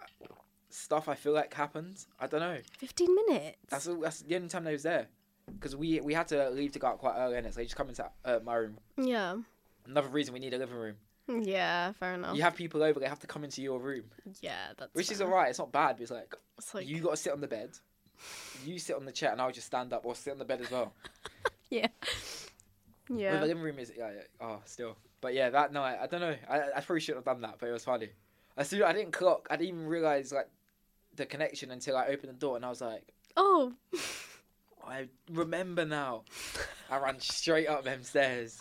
S2: stuff I feel like happened. I don't know.
S1: Fifteen minutes.
S2: That's all, that's the only time they was there, because we we had to leave to go out quite early, and so they just come into uh, my room.
S1: yeah.
S2: Another reason we need a living room.
S1: Yeah. Fair enough.
S2: You have people over, they have to come into your room,
S1: Yeah. That's
S2: which is
S1: fair.
S2: alright. It's not bad, but it's like
S1: It's like
S2: you got to sit on the bed. You sit on the chair, and I'll just stand up or sit on the bed as well. With the
S1: yeah.
S2: living room is yeah, yeah, oh still. But yeah, that night I don't know. I, I probably shouldn't have done that, but it was funny. I still I didn't clock. I didn't even realize like the connection until I opened the door, and I was like, "Oh,
S1: Oh.
S2: I remember now. I ran straight up them stairs.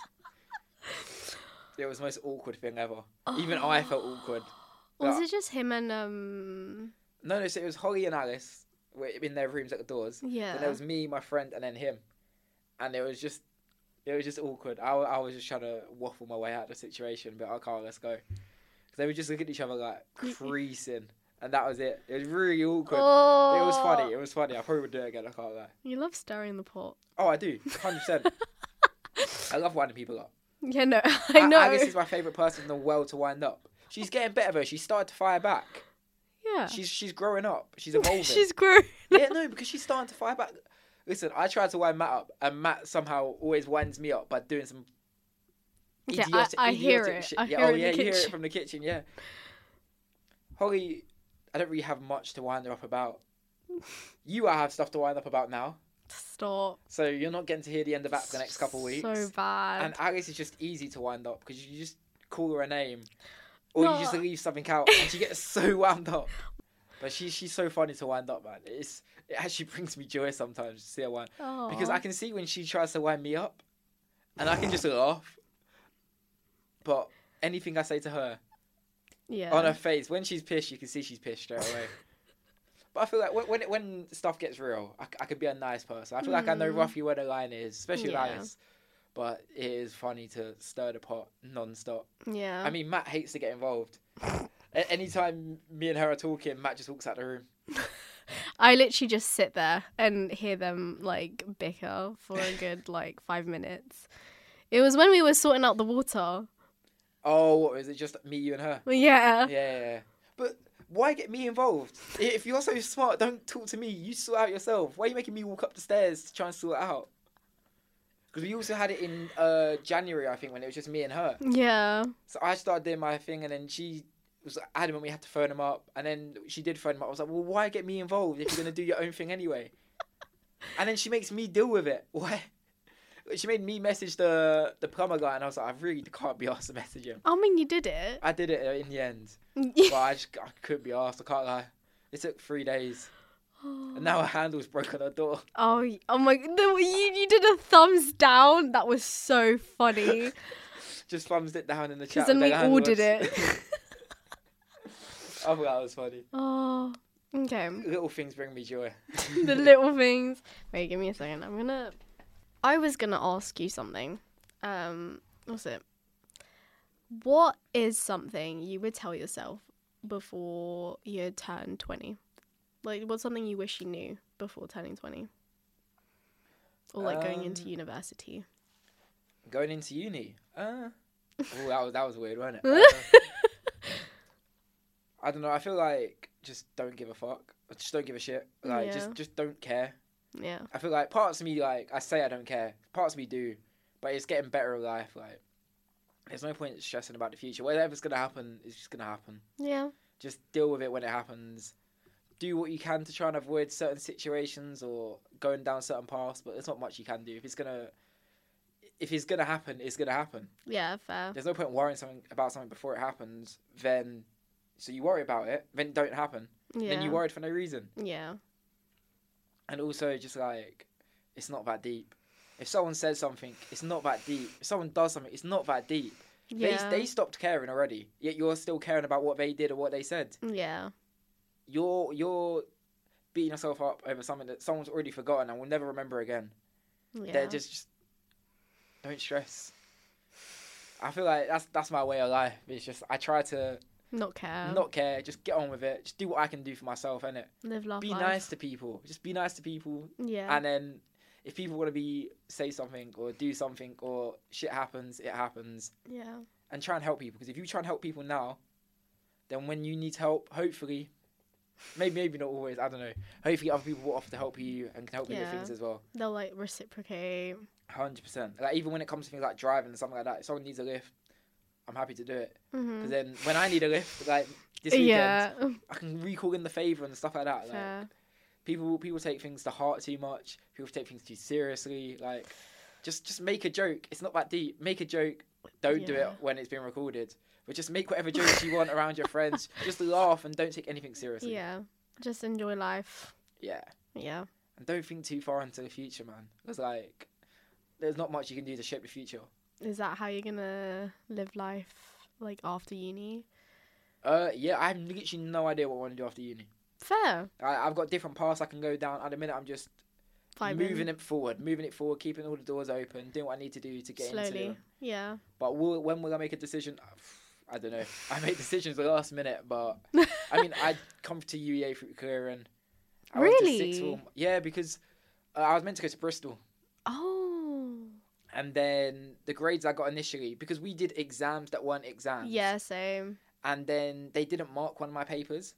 S2: It was the most awkward thing ever. Even I felt awkward.
S1: Oh. Was
S2: Yeah.
S1: it just him and um?
S2: No, no. So it was Holly and Alice were in their rooms at the doors.
S1: Yeah.
S2: Then there was me, my friend, and then him, and it was just, it was just awkward. I, wa- I was just trying to waffle my way out of the situation, but okay, let's go. 'Cause they would just look at each other like creasing, and that was it. It was really awkward. But It was funny. It was funny. I probably would do it again. I can't lie.
S1: Oh. You love stirring the pot.
S2: Oh, I do, hundred percent. I love winding people up.
S1: Yeah, no, I know.
S2: Agnes is my favorite person in the world to wind up. She's getting better though. She started to fire back.
S1: yeah.
S2: She's she's growing up. She's evolving.
S1: She's grown.
S2: Yeah, no, because she's starting to fire back. Listen, I tried to wind Matt up, and Matt somehow always winds me up by doing some.
S1: Yeah, I-
S2: idiotic,
S1: I hear
S2: idiotic
S1: it.
S2: Shit.
S1: I
S2: yeah,
S1: hear
S2: oh
S1: it in
S2: yeah,
S1: the
S2: you hear it
S1: kitchen.
S2: from the kitchen. Yeah, Holly, I don't really have much to wind her up about. You I have stuff to wind up about now,
S1: Stop.
S2: so you're not getting to hear the end of that for the next couple of weeks.
S1: So bad.
S2: and Alice is just easy to wind up because you just call her a name, or you just
S1: No.
S2: leave something out, and she gets so wound up. But she she's so funny to wind up, man. It's it actually brings me joy sometimes to see her wind
S1: Aw.
S2: because I can see when she tries to wind me up, and I can just laugh. But anything I say to her
S1: yeah.
S2: on her face, when she's pissed, you can see she's pissed straight away. but I feel like when when, it- when stuff gets real, I, c- I can be a nice person. I feel like I know
S1: Mm.
S2: roughly where the line is, especially with
S1: Yeah.
S2: Alice. But it is funny to stir the pot non-stop.
S1: yeah.
S2: I mean, Matt hates to get involved. A- Anytime me and her are talking, Matt just walks out the room.
S1: I literally just sit there and hear them like bicker for a good like five minutes. It was when we were sorting out the water.
S2: Oh, what was it? Just me, you, and her.
S1: Yeah.
S2: yeah, yeah. But why get me involved? I- If you're so smart, don't talk to me. You sort out yourself. Why are you making me walk up the stairs to try and sort it out? Because we also had it in uh, January, I think, when it was just me and her.
S1: Yeah.
S2: So I started doing my thing, and then she was adamant we had to phone him up, and then she did phone him up. I was like, well, why get me involved if you're gonna do your own thing anyway? And then she makes me deal with it. Why? She made me message the the plumber guy, and I was like, I really can't be asked to message him.
S1: I mean, you did it.
S2: I did it in the end
S1: Oh,
S2: but I just I couldn't be asked. I can't lie. It took three days, and now her handle's broke on her door.
S1: Oh, y- oh my! The, you you did a thumbs down. That was so funny.
S2: Just thumbs it down in the
S1: Because
S2: chat.
S1: then we
S2: with her
S1: all did
S2: handles.
S1: it.
S2: I thought that was funny.
S1: oh, okay.
S2: Little things bring me joy.
S1: the little things. Wait, give me a second. I'm gonna. I was gonna ask you something. Um, what's it? What is something you would tell yourself before you turn twenty? Like, what's something you wish you knew before turning twenty? Or like going into
S2: Um,
S1: university.
S2: Going into uni. Uh, ooh, that was that was weird, wasn't it? Uh, I don't know. I feel like just don't give a fuck. Just don't give a shit. Like
S1: Yeah.
S2: just just don't care.
S1: Yeah.
S2: I feel like parts of me like I say I don't care. Parts of me do, but it's getting better in life. Like there's no point stressing about the future. Whatever's gonna happen is just gonna happen.
S1: Yeah.
S2: just deal with it when it happens. Do what you can to try and avoid certain situations or going down certain paths, but there's not much you can do. If it's gonna, if it's gonna happen, it's gonna happen.
S1: Yeah. Fair.
S2: There's no point worrying something about something before it happens. Then, so you worry about it, then it don't happen.
S1: Yeah.
S2: Then you worried for no reason.
S1: yeah.
S2: And also, just like, it's not that deep. If someone says something, it's not that deep. If someone does something, it's not that deep.
S1: Yeah.
S2: They they stopped caring already. Yet you're still caring about what they did or what they said.
S1: yeah.
S2: you're you're beating yourself up over something that someone's already forgotten and will never remember again.
S1: Yeah.
S2: They're just, just don't stress. I feel like that's that's my way of life. It's just I try to
S1: Not care.
S2: not care, just get on with it, just do what I can do for myself, and it
S1: Live, laugh,
S2: be
S1: life.
S2: nice to people. Just be nice to people,
S1: Yeah.
S2: and then if people want to be say something or do something or shit happens, it happens,
S1: yeah.
S2: and try and help people. Because if you try and help people now, then when you need help, hopefully, maybe maybe not always, I don't know. Hopefully, other people will offer to help you and can help you with
S1: Yeah.
S2: things as well.
S1: They'll like reciprocate.
S2: Hundred percent. Like even when it comes to things like driving and something like that, if someone needs a lift, I'm happy to do it.
S1: hmm
S2: Because then when I need a lift, like this weekend,
S1: Yeah.
S2: I can recall in the favor and stuff like that. Like
S1: Fair.
S2: people people take things to heart too much. People take things too seriously. Like just just make a joke. It's not that deep. Make a joke. Don't do it
S1: Yeah.
S2: when it's been recorded. But just make whatever jokes you want around your friends. Just laugh and don't take anything seriously.
S1: Yeah. Just enjoy life.
S2: Yeah.
S1: Yeah.
S2: And don't think too far into the future, man. Because like there's not much you can do to shape the future.
S1: Is that how you're gonna live life like after uni?
S2: Uh, yeah, I have literally no idea what I want to do after uni.
S1: Fair.
S2: I, I've got different paths I can go down. At the minute, I'm just
S1: Vibing.
S2: moving it forward, moving it forward, keeping all the doors open, doing what I need to do to get into.
S1: slowly.
S2: them.
S1: Yeah.
S2: But will, when will I make a decision? I don't know. I make decisions at the last minute, but I mean, I come to UEA through career and I went to
S1: Really?
S2: sixth form. Yeah, because uh, I was meant to go to Bristol,
S1: oh.
S2: and then the grades I got initially because we did exams that weren't exams.
S1: Yeah. Same.
S2: and then they didn't mark one of my papers.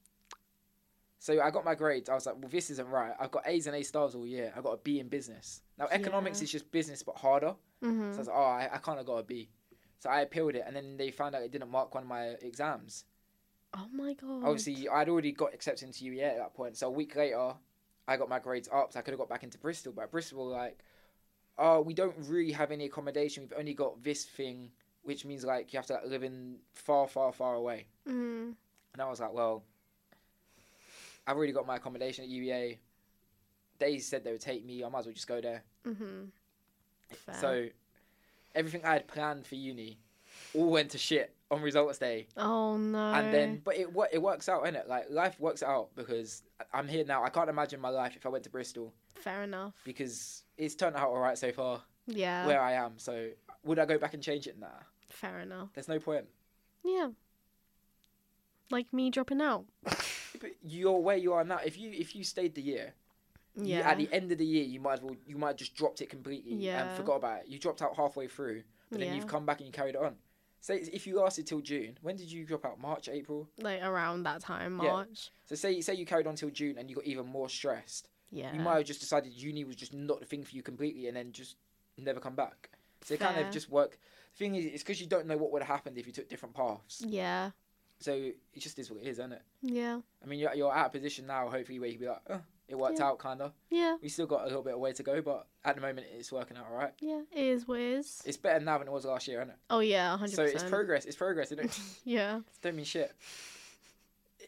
S2: So I got my grades. I was like, well, this isn't right. I've got A's and A stars all year. I got a B in business. Now economics
S1: Yeah.
S2: is just business but harder. So I
S1: Mhm.
S2: was like, oh, I, I can't have got a B. So I appealed it, and then they found out it didn't mark one of my exams.
S1: Oh my god.
S2: Obviously, I'd already got accepted into UEA at that point. So a week later, I got my grades up. So I could have got back into Bristol, but Bristol were like, oh, we don't really have any accommodation. We've only got this thing, which means like you have to like, live in far, far, far away.
S1: Mm.
S2: And I was like, well, I've already got my accommodation at UEA. They said they would take me. I might as well just go there.
S1: Mhm. Fair.
S2: So everything I had planned for uni all went to shit on results day.
S1: Oh no.
S2: And then, but it wo- it works out, innit? Like life works out because I- I'm here now. I can't imagine my life if I went to Bristol
S1: Fair enough.
S2: because it's turned out all right so far
S1: Yeah.
S2: where I am. So would I go back and change it? Nah,
S1: fair enough.
S2: there's no point.
S1: Yeah. Like me dropping out.
S2: But you're where you are now. If you if you stayed the year, you-
S1: Yeah.
S2: at the end of the year, you might as well you might have just dropped it completely
S1: Yeah.
S2: and forgot about it. You dropped out halfway through, but then
S1: Yeah.
S2: you've come back and you carried it on. Say if you lasted till June, when did you drop out? March, April.
S1: like around that time,
S2: Yeah.
S1: March.
S2: So say say you carried on till June and you got even more stressed.
S1: Yeah.
S2: You might have just decided uni was just not the thing for you completely, and then just never come back. So it kind
S1: Fair.
S2: of just work. The thing is, it's because you don't know what would have happened if you took different paths.
S1: Yeah.
S2: So it just is what it is, isn't it?
S1: Yeah.
S2: I mean, you're, you're at a position now, hopefully, where you can be like, oh, it worked
S1: Yeah.
S2: out, kind of.
S1: Yeah.
S2: We still got a little bit of way to go, but at the moment, it's working out all right.
S1: Yeah. It is what it is.
S2: It's better now than it was last year, isn't it?
S1: oh yeah, hundred
S2: So
S1: percent.
S2: it's progress. It's progress. It don't,
S1: Yeah.
S2: don't mean shit.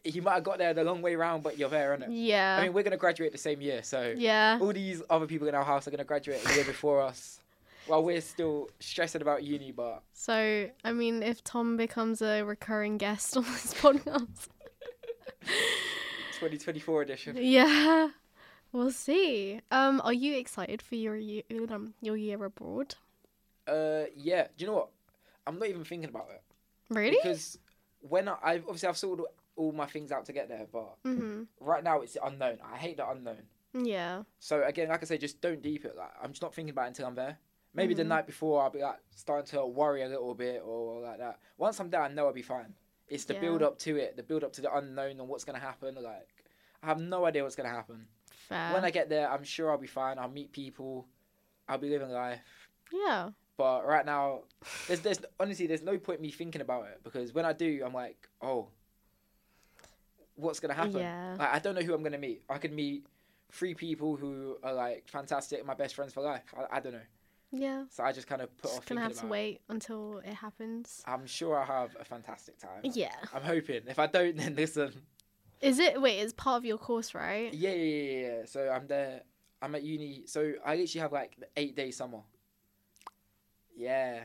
S2: You might have got there the long way round, but you're there, innit?
S1: Yeah.
S2: I mean, Oh. we're gonna graduate the same year, so
S1: yeah.
S2: all these other people in our house are gonna graduate a year before us. While we're still stressing about uni, but
S1: So I mean, if Tom becomes a recurring guest on this podcast,
S2: 2024 edition.
S1: yeah, we'll see. Um, are you excited for your year, um, your year abroad?
S2: Uh, yeah. Do you know what? I'm not even thinking about it
S1: Really?
S2: because when I I've, obviously I've sorted all my things out to get there, but
S1: Mhm.
S2: right now it's unknown. I hate the unknown.
S1: Yeah.
S2: So again, like I say, just don't deep it. Like I'm just not thinking about it until I'm there. Maybe the
S1: Mhm.
S2: night before I'll be like starting to worry a little bit or like that. Once I'm there, I know I'll be fine. It's the
S1: Yeah.
S2: build up to it, the build up to the unknown and what's gonna happen. Like I have no idea what's gonna happen.
S1: Fair.
S2: when I get there, I'm sure I'll be fine. I'll meet people. I'll be living life.
S1: yeah.
S2: But right now, there's there's honestly there's no point me thinking about it because when I do, I'm like, oh, what's gonna happen?
S1: Yeah.
S2: Like, I don't know who I'm gonna meet. I could meet three people who are like fantastic, my best friends for life. I, I don't know.
S1: Yeah.
S2: So I just kind of put off
S1: Just
S2: thinking
S1: gonna have to
S2: about. it.
S1: wait until it happens.
S2: I'm sure I'll have a fantastic time.
S1: Yeah.
S2: I'm hoping. If I don't, then listen.
S1: Is it? Wait, it's part of your course, right?
S2: Yeah, yeah, yeah, yeah, yeah. So I'm there. I'm at uni. So I literally have like the eight day summer. Yeah.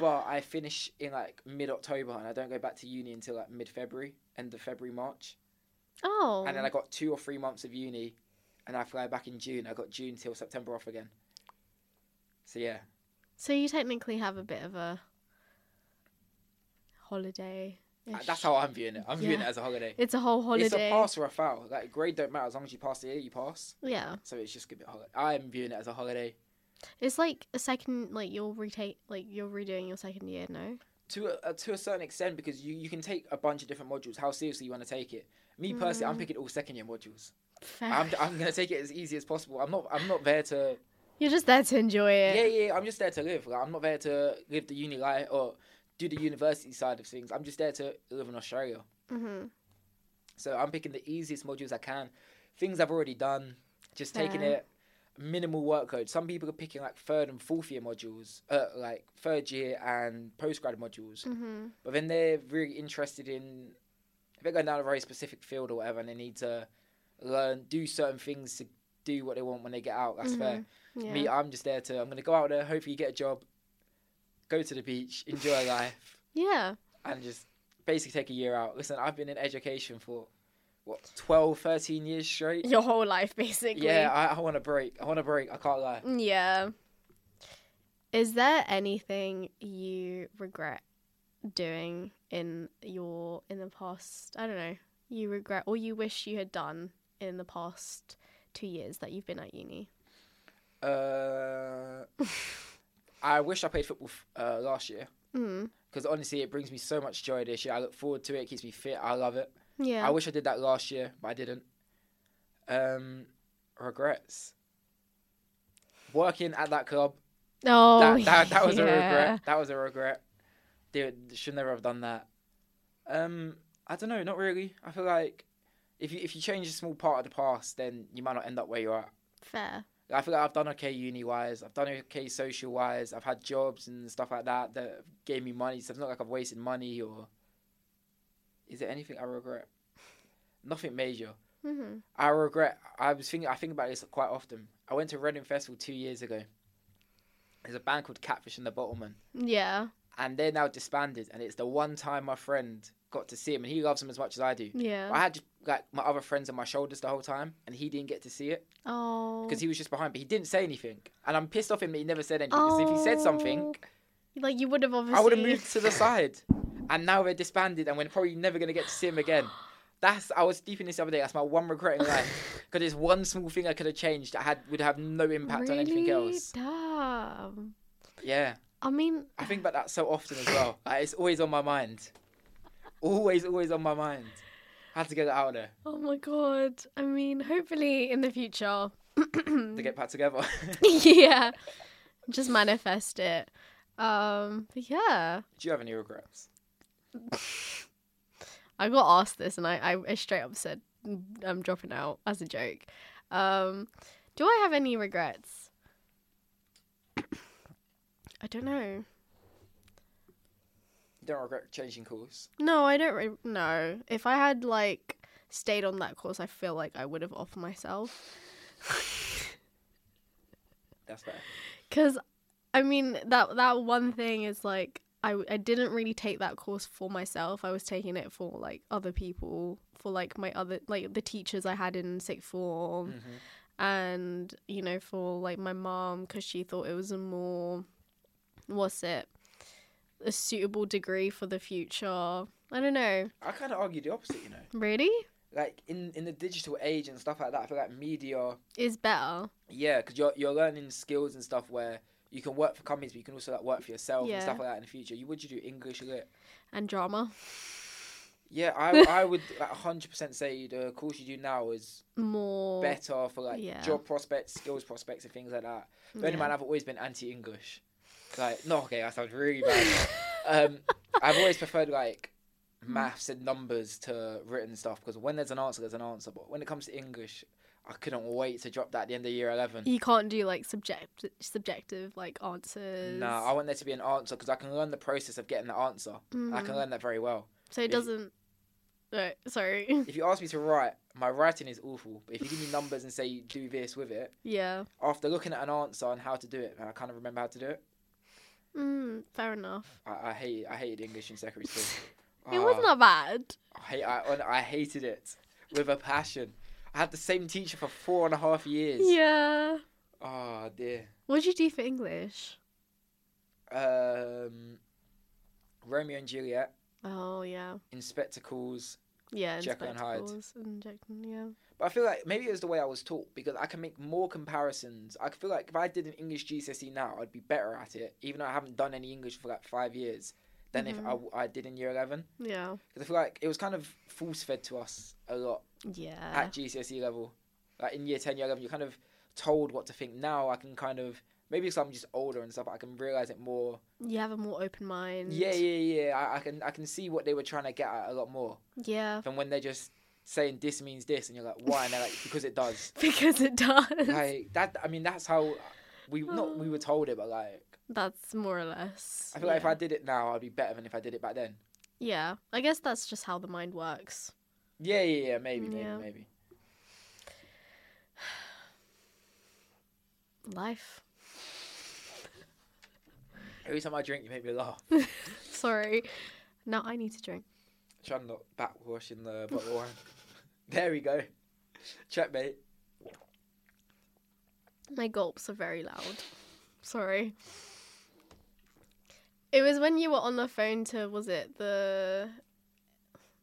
S2: But I finish in like mid October and I don't go back to uni until like mid February, end of February, March.
S1: Oh.
S2: And then I got two or three months of uni, and I fly back in June. I got June till September off again. So yeah,
S1: So you technically have a bit of a holiday.
S2: Uh, That's how I'm viewing it. I'm viewing it
S1: Yeah.
S2: as a holiday.
S1: It's a whole holiday.
S2: It's a pass or a foul. Like grade don't matter as long as you pass the year, you pass.
S1: Yeah,
S2: So it's just a bit holiday. I'm viewing it as a holiday.
S1: it's like a second. Like you'll retake. Like you're redoing your second year. No.
S2: to a, uh, to a certain extent because you, you can take a bunch of different modules how seriously you want to take it me personally i'm
S1: Mm.
S2: picking all second year modules
S1: Fair.
S2: i'm, I'm going to take it as easy as possible i'm not i'm not there to
S1: You're just there to enjoy
S2: yeah
S1: it.
S2: yeah, i'm just there to live like, i'm not there to live the uni life or do the university side of things i'm just there to live in australia
S1: Mm-hmm.
S2: so i'm picking the easiest modules i can things i've already done just taking
S1: Fair.
S2: it minimal workload some people are picking like third and fourth year modules uh, like third year and postgrad modules
S1: Mm-hmm.
S2: but then they're really interested in if they're going down a very specific field or whatever and they need to learn do certain things to do what they want when they get out that's fair
S1: Mm-hmm, Yeah.
S2: me i'm just there to i'm going to go out there hopefully get a job go to the beach enjoy life
S1: yeah.
S2: and just basically take a year out listen i've been in education for what 12 13 years straight
S1: Your whole life, basically.
S2: yeah i, I want a break i want a break i can't lie
S1: Yeah. Is there anything you regret doing in your in the past? I don't know. You regret or you wish you had done in the past two years that you've been at uni.
S2: uh, i wish i played football f- uh, last year
S1: Mm.
S2: because honestly, it brings me so much joy this year. I look forward to it. It keeps me fit. I love it.
S1: Yeah.
S2: I wish I did that last year, but I didn't. Um, regrets. Working at that club.
S1: oh,
S2: that, that, that was a
S1: yeah.
S2: regret. That was a regret. Dude, should never have done that. Um, I don't know. Not really. I feel like if you if you change a small part of the past, then you might not end up where you're at.
S1: Fair.
S2: I feel like I've done okay uni wise, I've done okay social wise, I've had jobs and stuff like that that gave me money, so it's not like I've wasted money or. Is there anything I regret? Nothing major.
S1: hmm
S2: I regret. I was thinking. I think about this quite often. I went to Reading Festival two years ago. There's a band called Catfish and the Bottlemen,
S1: Yeah.
S2: and they're now disbanded. And it's the one time my friend got to see him, and he loves them as much as I do. I
S1: Yeah.
S2: had like my other friends on my shoulders the whole time, and he didn't get to see it
S1: Oh.
S2: because he was just behind, but he didn't say anything. And I'm pissed off him that he never said anything. Because if he said something,
S1: like you would have obviously
S2: I would have moved to the side. And now they're disbanded, and we're probably never gonna get to see him again. That's I was deep in this the other day. That's my one regret in life. Because there's one small thing I could have changed that had would have no impact on anything
S1: Really?
S2: else.
S1: Damn.
S2: Yeah,
S1: I mean,
S2: I think about that so often as well. Like, it's always on my mind. Always, always on my mind. I had to get it out there
S1: Oh my god. I mean, hopefully in the future.
S2: to get back together.
S1: yeah. Just manifest it. Um, but yeah.
S2: Do you have any regrets?
S1: I got asked this and I, I, I straight up said "Mm, I'm dropping out as a joke. Um, do I have any regrets? I don't know.
S2: You don't regret changing course.
S1: No, I don't. Re- no, if I had like stayed on that course, I feel like I would have off myself.
S2: That's fair.
S1: Because, I mean, that that one thing is like I, I didn't really take that course for myself. I was taking it for like other people, for like my other like the teachers I had in sixth form,
S2: hmm
S1: and you know for like my mom because she thought it was a more what's it a suitable degree for the future. I don't know.
S2: I kind of argue the opposite, you know.
S1: Really,
S2: like in in the digital age and stuff like that. I feel like media,
S1: is better.
S2: yeah, because you're you're learning skills and stuff where you can work for companies, but you can also like work for yourself and stuff
S1: Yeah.
S2: like that in the future. You would you do English lit?
S1: And drama
S2: Yeah, I I would like hundred percent say the course you do now is
S1: more.
S2: better for like
S1: yeah.
S2: job prospects, skills prospects, and things like that. But in
S1: yeah.
S2: mind, I've always been anti-English. Like, no, okay, that sounds really bad. um, I've always preferred like maths and numbers to written stuff because when there's an answer, there's an answer. But when it comes to English, I couldn't wait to drop that at the end of year eleven.
S1: You can't do like subject subjective like answers.
S2: No, I want there to be an answer because I can learn the process of getting the answer. and I
S1: Mhm.
S2: can learn that very well.
S1: So it
S2: If-
S1: doesn't. Right, sorry.
S2: If you ask me to write, my writing is awful. But if you give me numbers and say you do this with it,
S1: yeah.
S2: after looking at an answer on how to do it, and I kind of remember how to do it,
S1: Mm, fair enough.
S2: I, I hate I hated English in secondary school.
S1: It was
S2: Ah.
S1: not bad.
S2: I, hate- I, hon- I hated it with a passion. I had the same teacher for four and a half years.
S1: Yeah.
S2: Oh dear.
S1: What did you do for English?
S2: Um, Romeo and Juliet,
S1: Oh yeah,
S2: in spectacles.
S1: yeah. And
S2: Jekyll and Hyde.
S1: spectacles and Jekyll- yeah.
S2: But I feel like maybe it was the way I was taught because I can make more comparisons. I feel like if I did an English GCSE E now, I'd be better at it, even though I haven't done any English for like five years, than if I, w- I did in year 11.
S1: Yeah.
S2: Because I feel like it was kind of force fed to us a lot
S1: Yeah.
S2: at GCSE E level. Like in year 10, year 11, you're kind of told what to think. Now I can kind of, maybe because I'm just older and stuff, I can realize it more.
S1: You have a more open mind.
S2: Yeah, yeah, yeah. I, I can I can see what they were trying to get at a lot more
S1: Yeah.
S2: than when they're just saying this means this and you're like, why? And they're like, because it does.
S1: Because it does.
S2: like that i mean that's how we not we were told it but like
S1: That's more or less.
S2: i feel
S1: yeah.
S2: like if i did it now i'd be better than if i did it back then
S1: yeah. I guess that's just how the mind works.
S2: yeah yeah yeah maybe maybe
S1: Yeah.
S2: maybe
S1: Life.
S2: every time i drink you make me laugh
S1: Sorry. Now I need to drink.
S2: trying to not backwash in the bottle of wine there we go checkmate
S1: My gulps are very loud. Sorry. It was when you were on the phone to was it the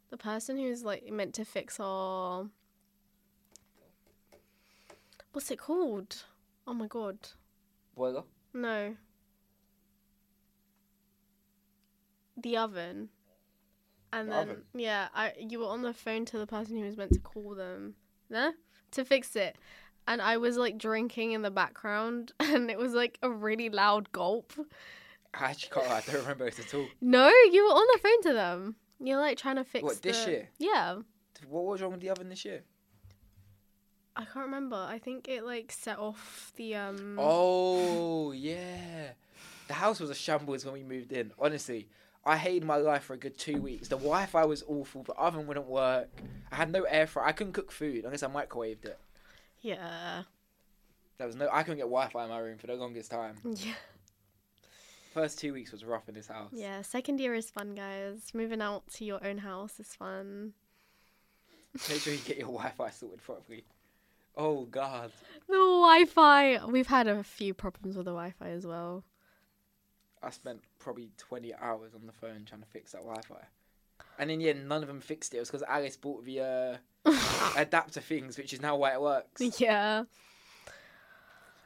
S1: the person who's like meant to fix our what's it called? Oh my god.
S2: boiler
S1: No. The oven. And
S2: The
S1: then
S2: oven?
S1: yeah, I you were on the phone to the person who was meant to call them. No? To fix it. And I was like drinking in the background and it was like a really loud gulp.
S2: i actually can't i don't remember it at all
S1: No, you were on the phone to them. You're like trying to fix
S2: What, this
S1: the-
S2: year?
S1: Yeah.
S2: what was wrong with the oven this year
S1: I can't remember. I think it like set off the um
S2: Mm. oh yeah the house was a shambles when we moved in honestly I hated my life for a good two weeks. The Wi-Fi was awful. The oven wouldn't work. I had no air fryer. I couldn't cook food unless I microwaved it.
S1: Yeah.
S2: There was no. I couldn't get Wi-Fi in my room for the longest time.
S1: Yeah.
S2: First two weeks was rough in this house.
S1: Yeah, second year is fun, guys. Moving out to your own house is fun.
S2: Make sure you get your Wi-Fi sorted properly. Oh God.
S1: The Wi-Fi. We've had a few problems with the Wi-Fi as well.
S2: I spent probably 20 hours on the phone trying to fix that Wi-Fi. And in the end, none of them fixed it. It was because Alice bought the uh, adapter things, which is now why it works.
S1: yeah,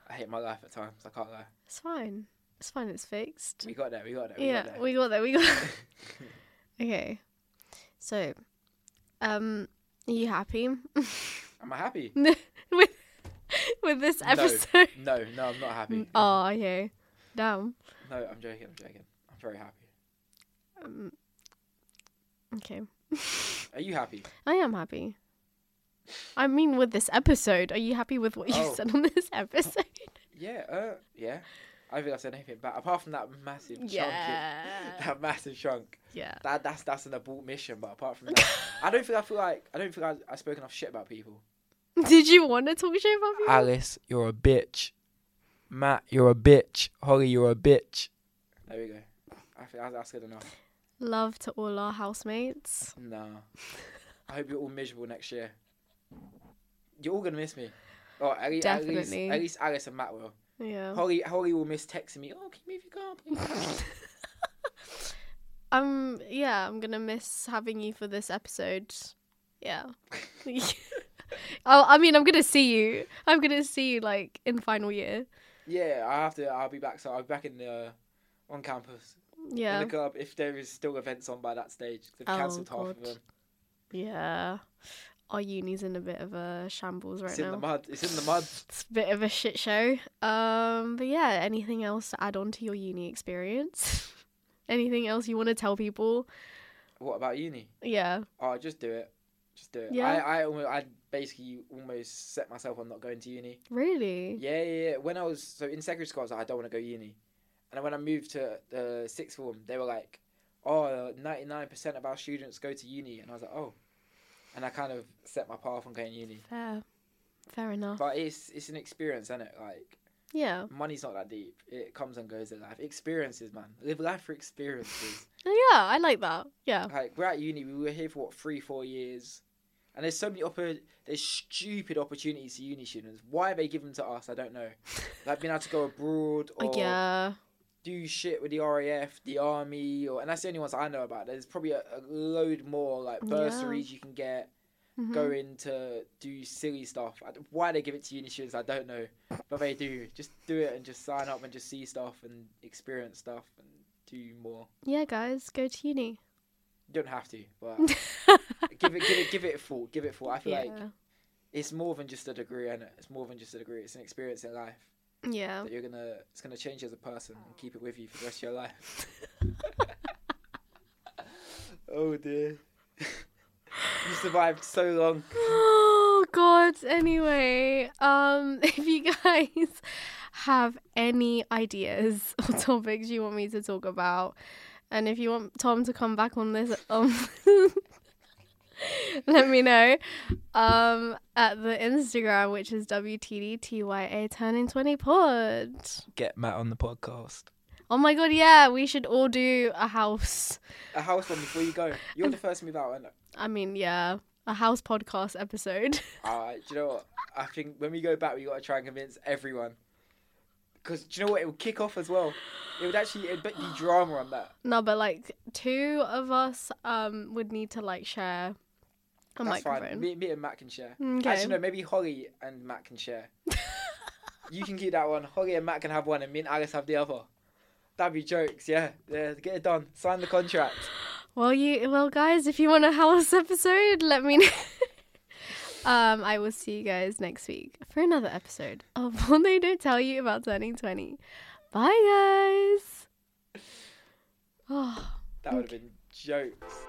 S2: I hate my life at times. I can't lie.
S1: it's fine. It's fine. It's fixed.
S2: We got there. We got there. We
S1: yeah,
S2: got there.
S1: we got that. We got. okay, so, um, are you happy
S2: Am I happy?
S1: with with this
S2: No.
S1: episode?
S2: No, no, I'm not happy.
S1: Oh, okay. Damn.
S2: No, I'm joking. I'm joking. I'm very happy.
S1: Um, okay,
S2: Are you happy?
S1: I am happy. I mean, with this episode, are you happy with what you
S2: Oh.
S1: said on this episode?
S2: Yeah. Uh. Yeah. I don't think I said anything bad apart from that massive chunk.
S1: yeah.
S2: That massive chunk.
S1: yeah.
S2: That that's that's an abort mission. But apart from that, I don't think I feel like I don't think I I spoke enough shit about people.
S1: Did you want to talk shit about people?
S2: Alice, you're a bitch. Matt, you're a bitch. Holly, you're a bitch. There we go. I think that's- that's good enough.
S1: Love to all our housemates.
S2: No. I hope you're all miserable next year. You're all gonna miss me. Oh, at least, at least,
S1: Definitely.
S2: at least Alice and Matt will.
S1: Yeah.
S2: Holly, Holly will miss texting me. Oh, can you move your car, please?
S1: Um. Yeah, I'm gonna miss having you for this episode. Yeah. oh, I mean, I'm gonna see you. I'm gonna see you like in final year.
S2: yeah, I have to. I'll be back. So I'll be back in the on campus. in
S1: Yeah.
S2: the club if there is still events on by that stage. They've
S1: Oh,
S2: cancelled half of
S1: God.
S2: them.
S1: Yeah. Our uni's in a bit of a shambles right
S2: it's in
S1: now.
S2: the mud. It's in the mud.
S1: it's a bit of a shit show. Um. But yeah, anything else to add on to your uni experience? anything else you want to tell people?
S2: What about uni?
S1: Yeah.
S2: Oh, just do it. Just do it.
S1: Yeah.
S2: I I, almost, I basically almost set myself on not going to uni.
S1: Really?
S2: Yeah, yeah, yeah. When I was so in secondary school, I was like, I don't want to go uni. And then when I moved to the sixth form, they were like, "Oh, ninety nine percent of our students go to uni," and I was like, "Oh," and I kind of set my path on going uni.
S1: Fair. Fair enough.
S2: But it's it's an experience, isn't it? Like
S1: Yeah.
S2: money's not that deep. It comes and goes in life. Experiences, man. Live life for experiences.
S1: Oh, Yeah, I like that. Yeah.
S2: like we're at uni, we were here for what three, four years, and there's so many oppor- there's stupid opportunities to uni students. Why they give them to us, I don't know. Like being able to go abroad or
S1: yeah.
S2: do shit with the RAF, the army, or and that's the only ones I know about. There's probably a, a load more like
S1: Yeah.
S2: bursaries you can get
S1: Mhm.
S2: going to do silly stuff. I d why they give it to uni students, I don't know, but they do. Just do it and just sign up and just see stuff and experience stuff and do more.
S1: Yeah, guys, go to uni.
S2: You don't have to, but give it, give it, give it a thought. Give it a thought. I feel
S1: yeah.
S2: like it's more than just a degree, and it's more than just a degree. It's an experience in life
S1: yeah.
S2: that you're gonna. It's gonna change you as a person and keep it with you for the rest of your life. oh dear. you survived so long.
S1: Oh god. Anyway, um if you guys have any ideas or topics you want me to talk about and if you want Tom to come back on this um let me know um at the Instagram which is WTDTYA turning 20 pod.
S2: Get Matt on the podcast.
S1: Oh my god, yeah, we should all do a house.
S2: A house one before you go. You're the first to move out, and
S1: I mean, yeah, a house podcast episode.
S2: uh, do you know what? I think when we go back, we gotta try and convince everyone. Because do you know what? It would kick off as well. It would actually. It'd be drama on that.
S1: No, but like two of us um would need to like share a
S2: That's fine.
S1: microphone. Mm,
S2: Me, me and Matt can share.
S1: Okay.
S2: Actually, no, maybe Holly and Matt can share. you can keep that one. Holly and Matt can have one, and me and Alice have the other. That'd be jokes, yeah. Yeah, get it done. Sign the contract.
S1: Well, you well guys, if you want a house episode, let me know. um, I will see you guys next week for another episode of What They Don't Tell You About Turning Twenty. Bye, guys. Oh.
S2: That would have been jokes.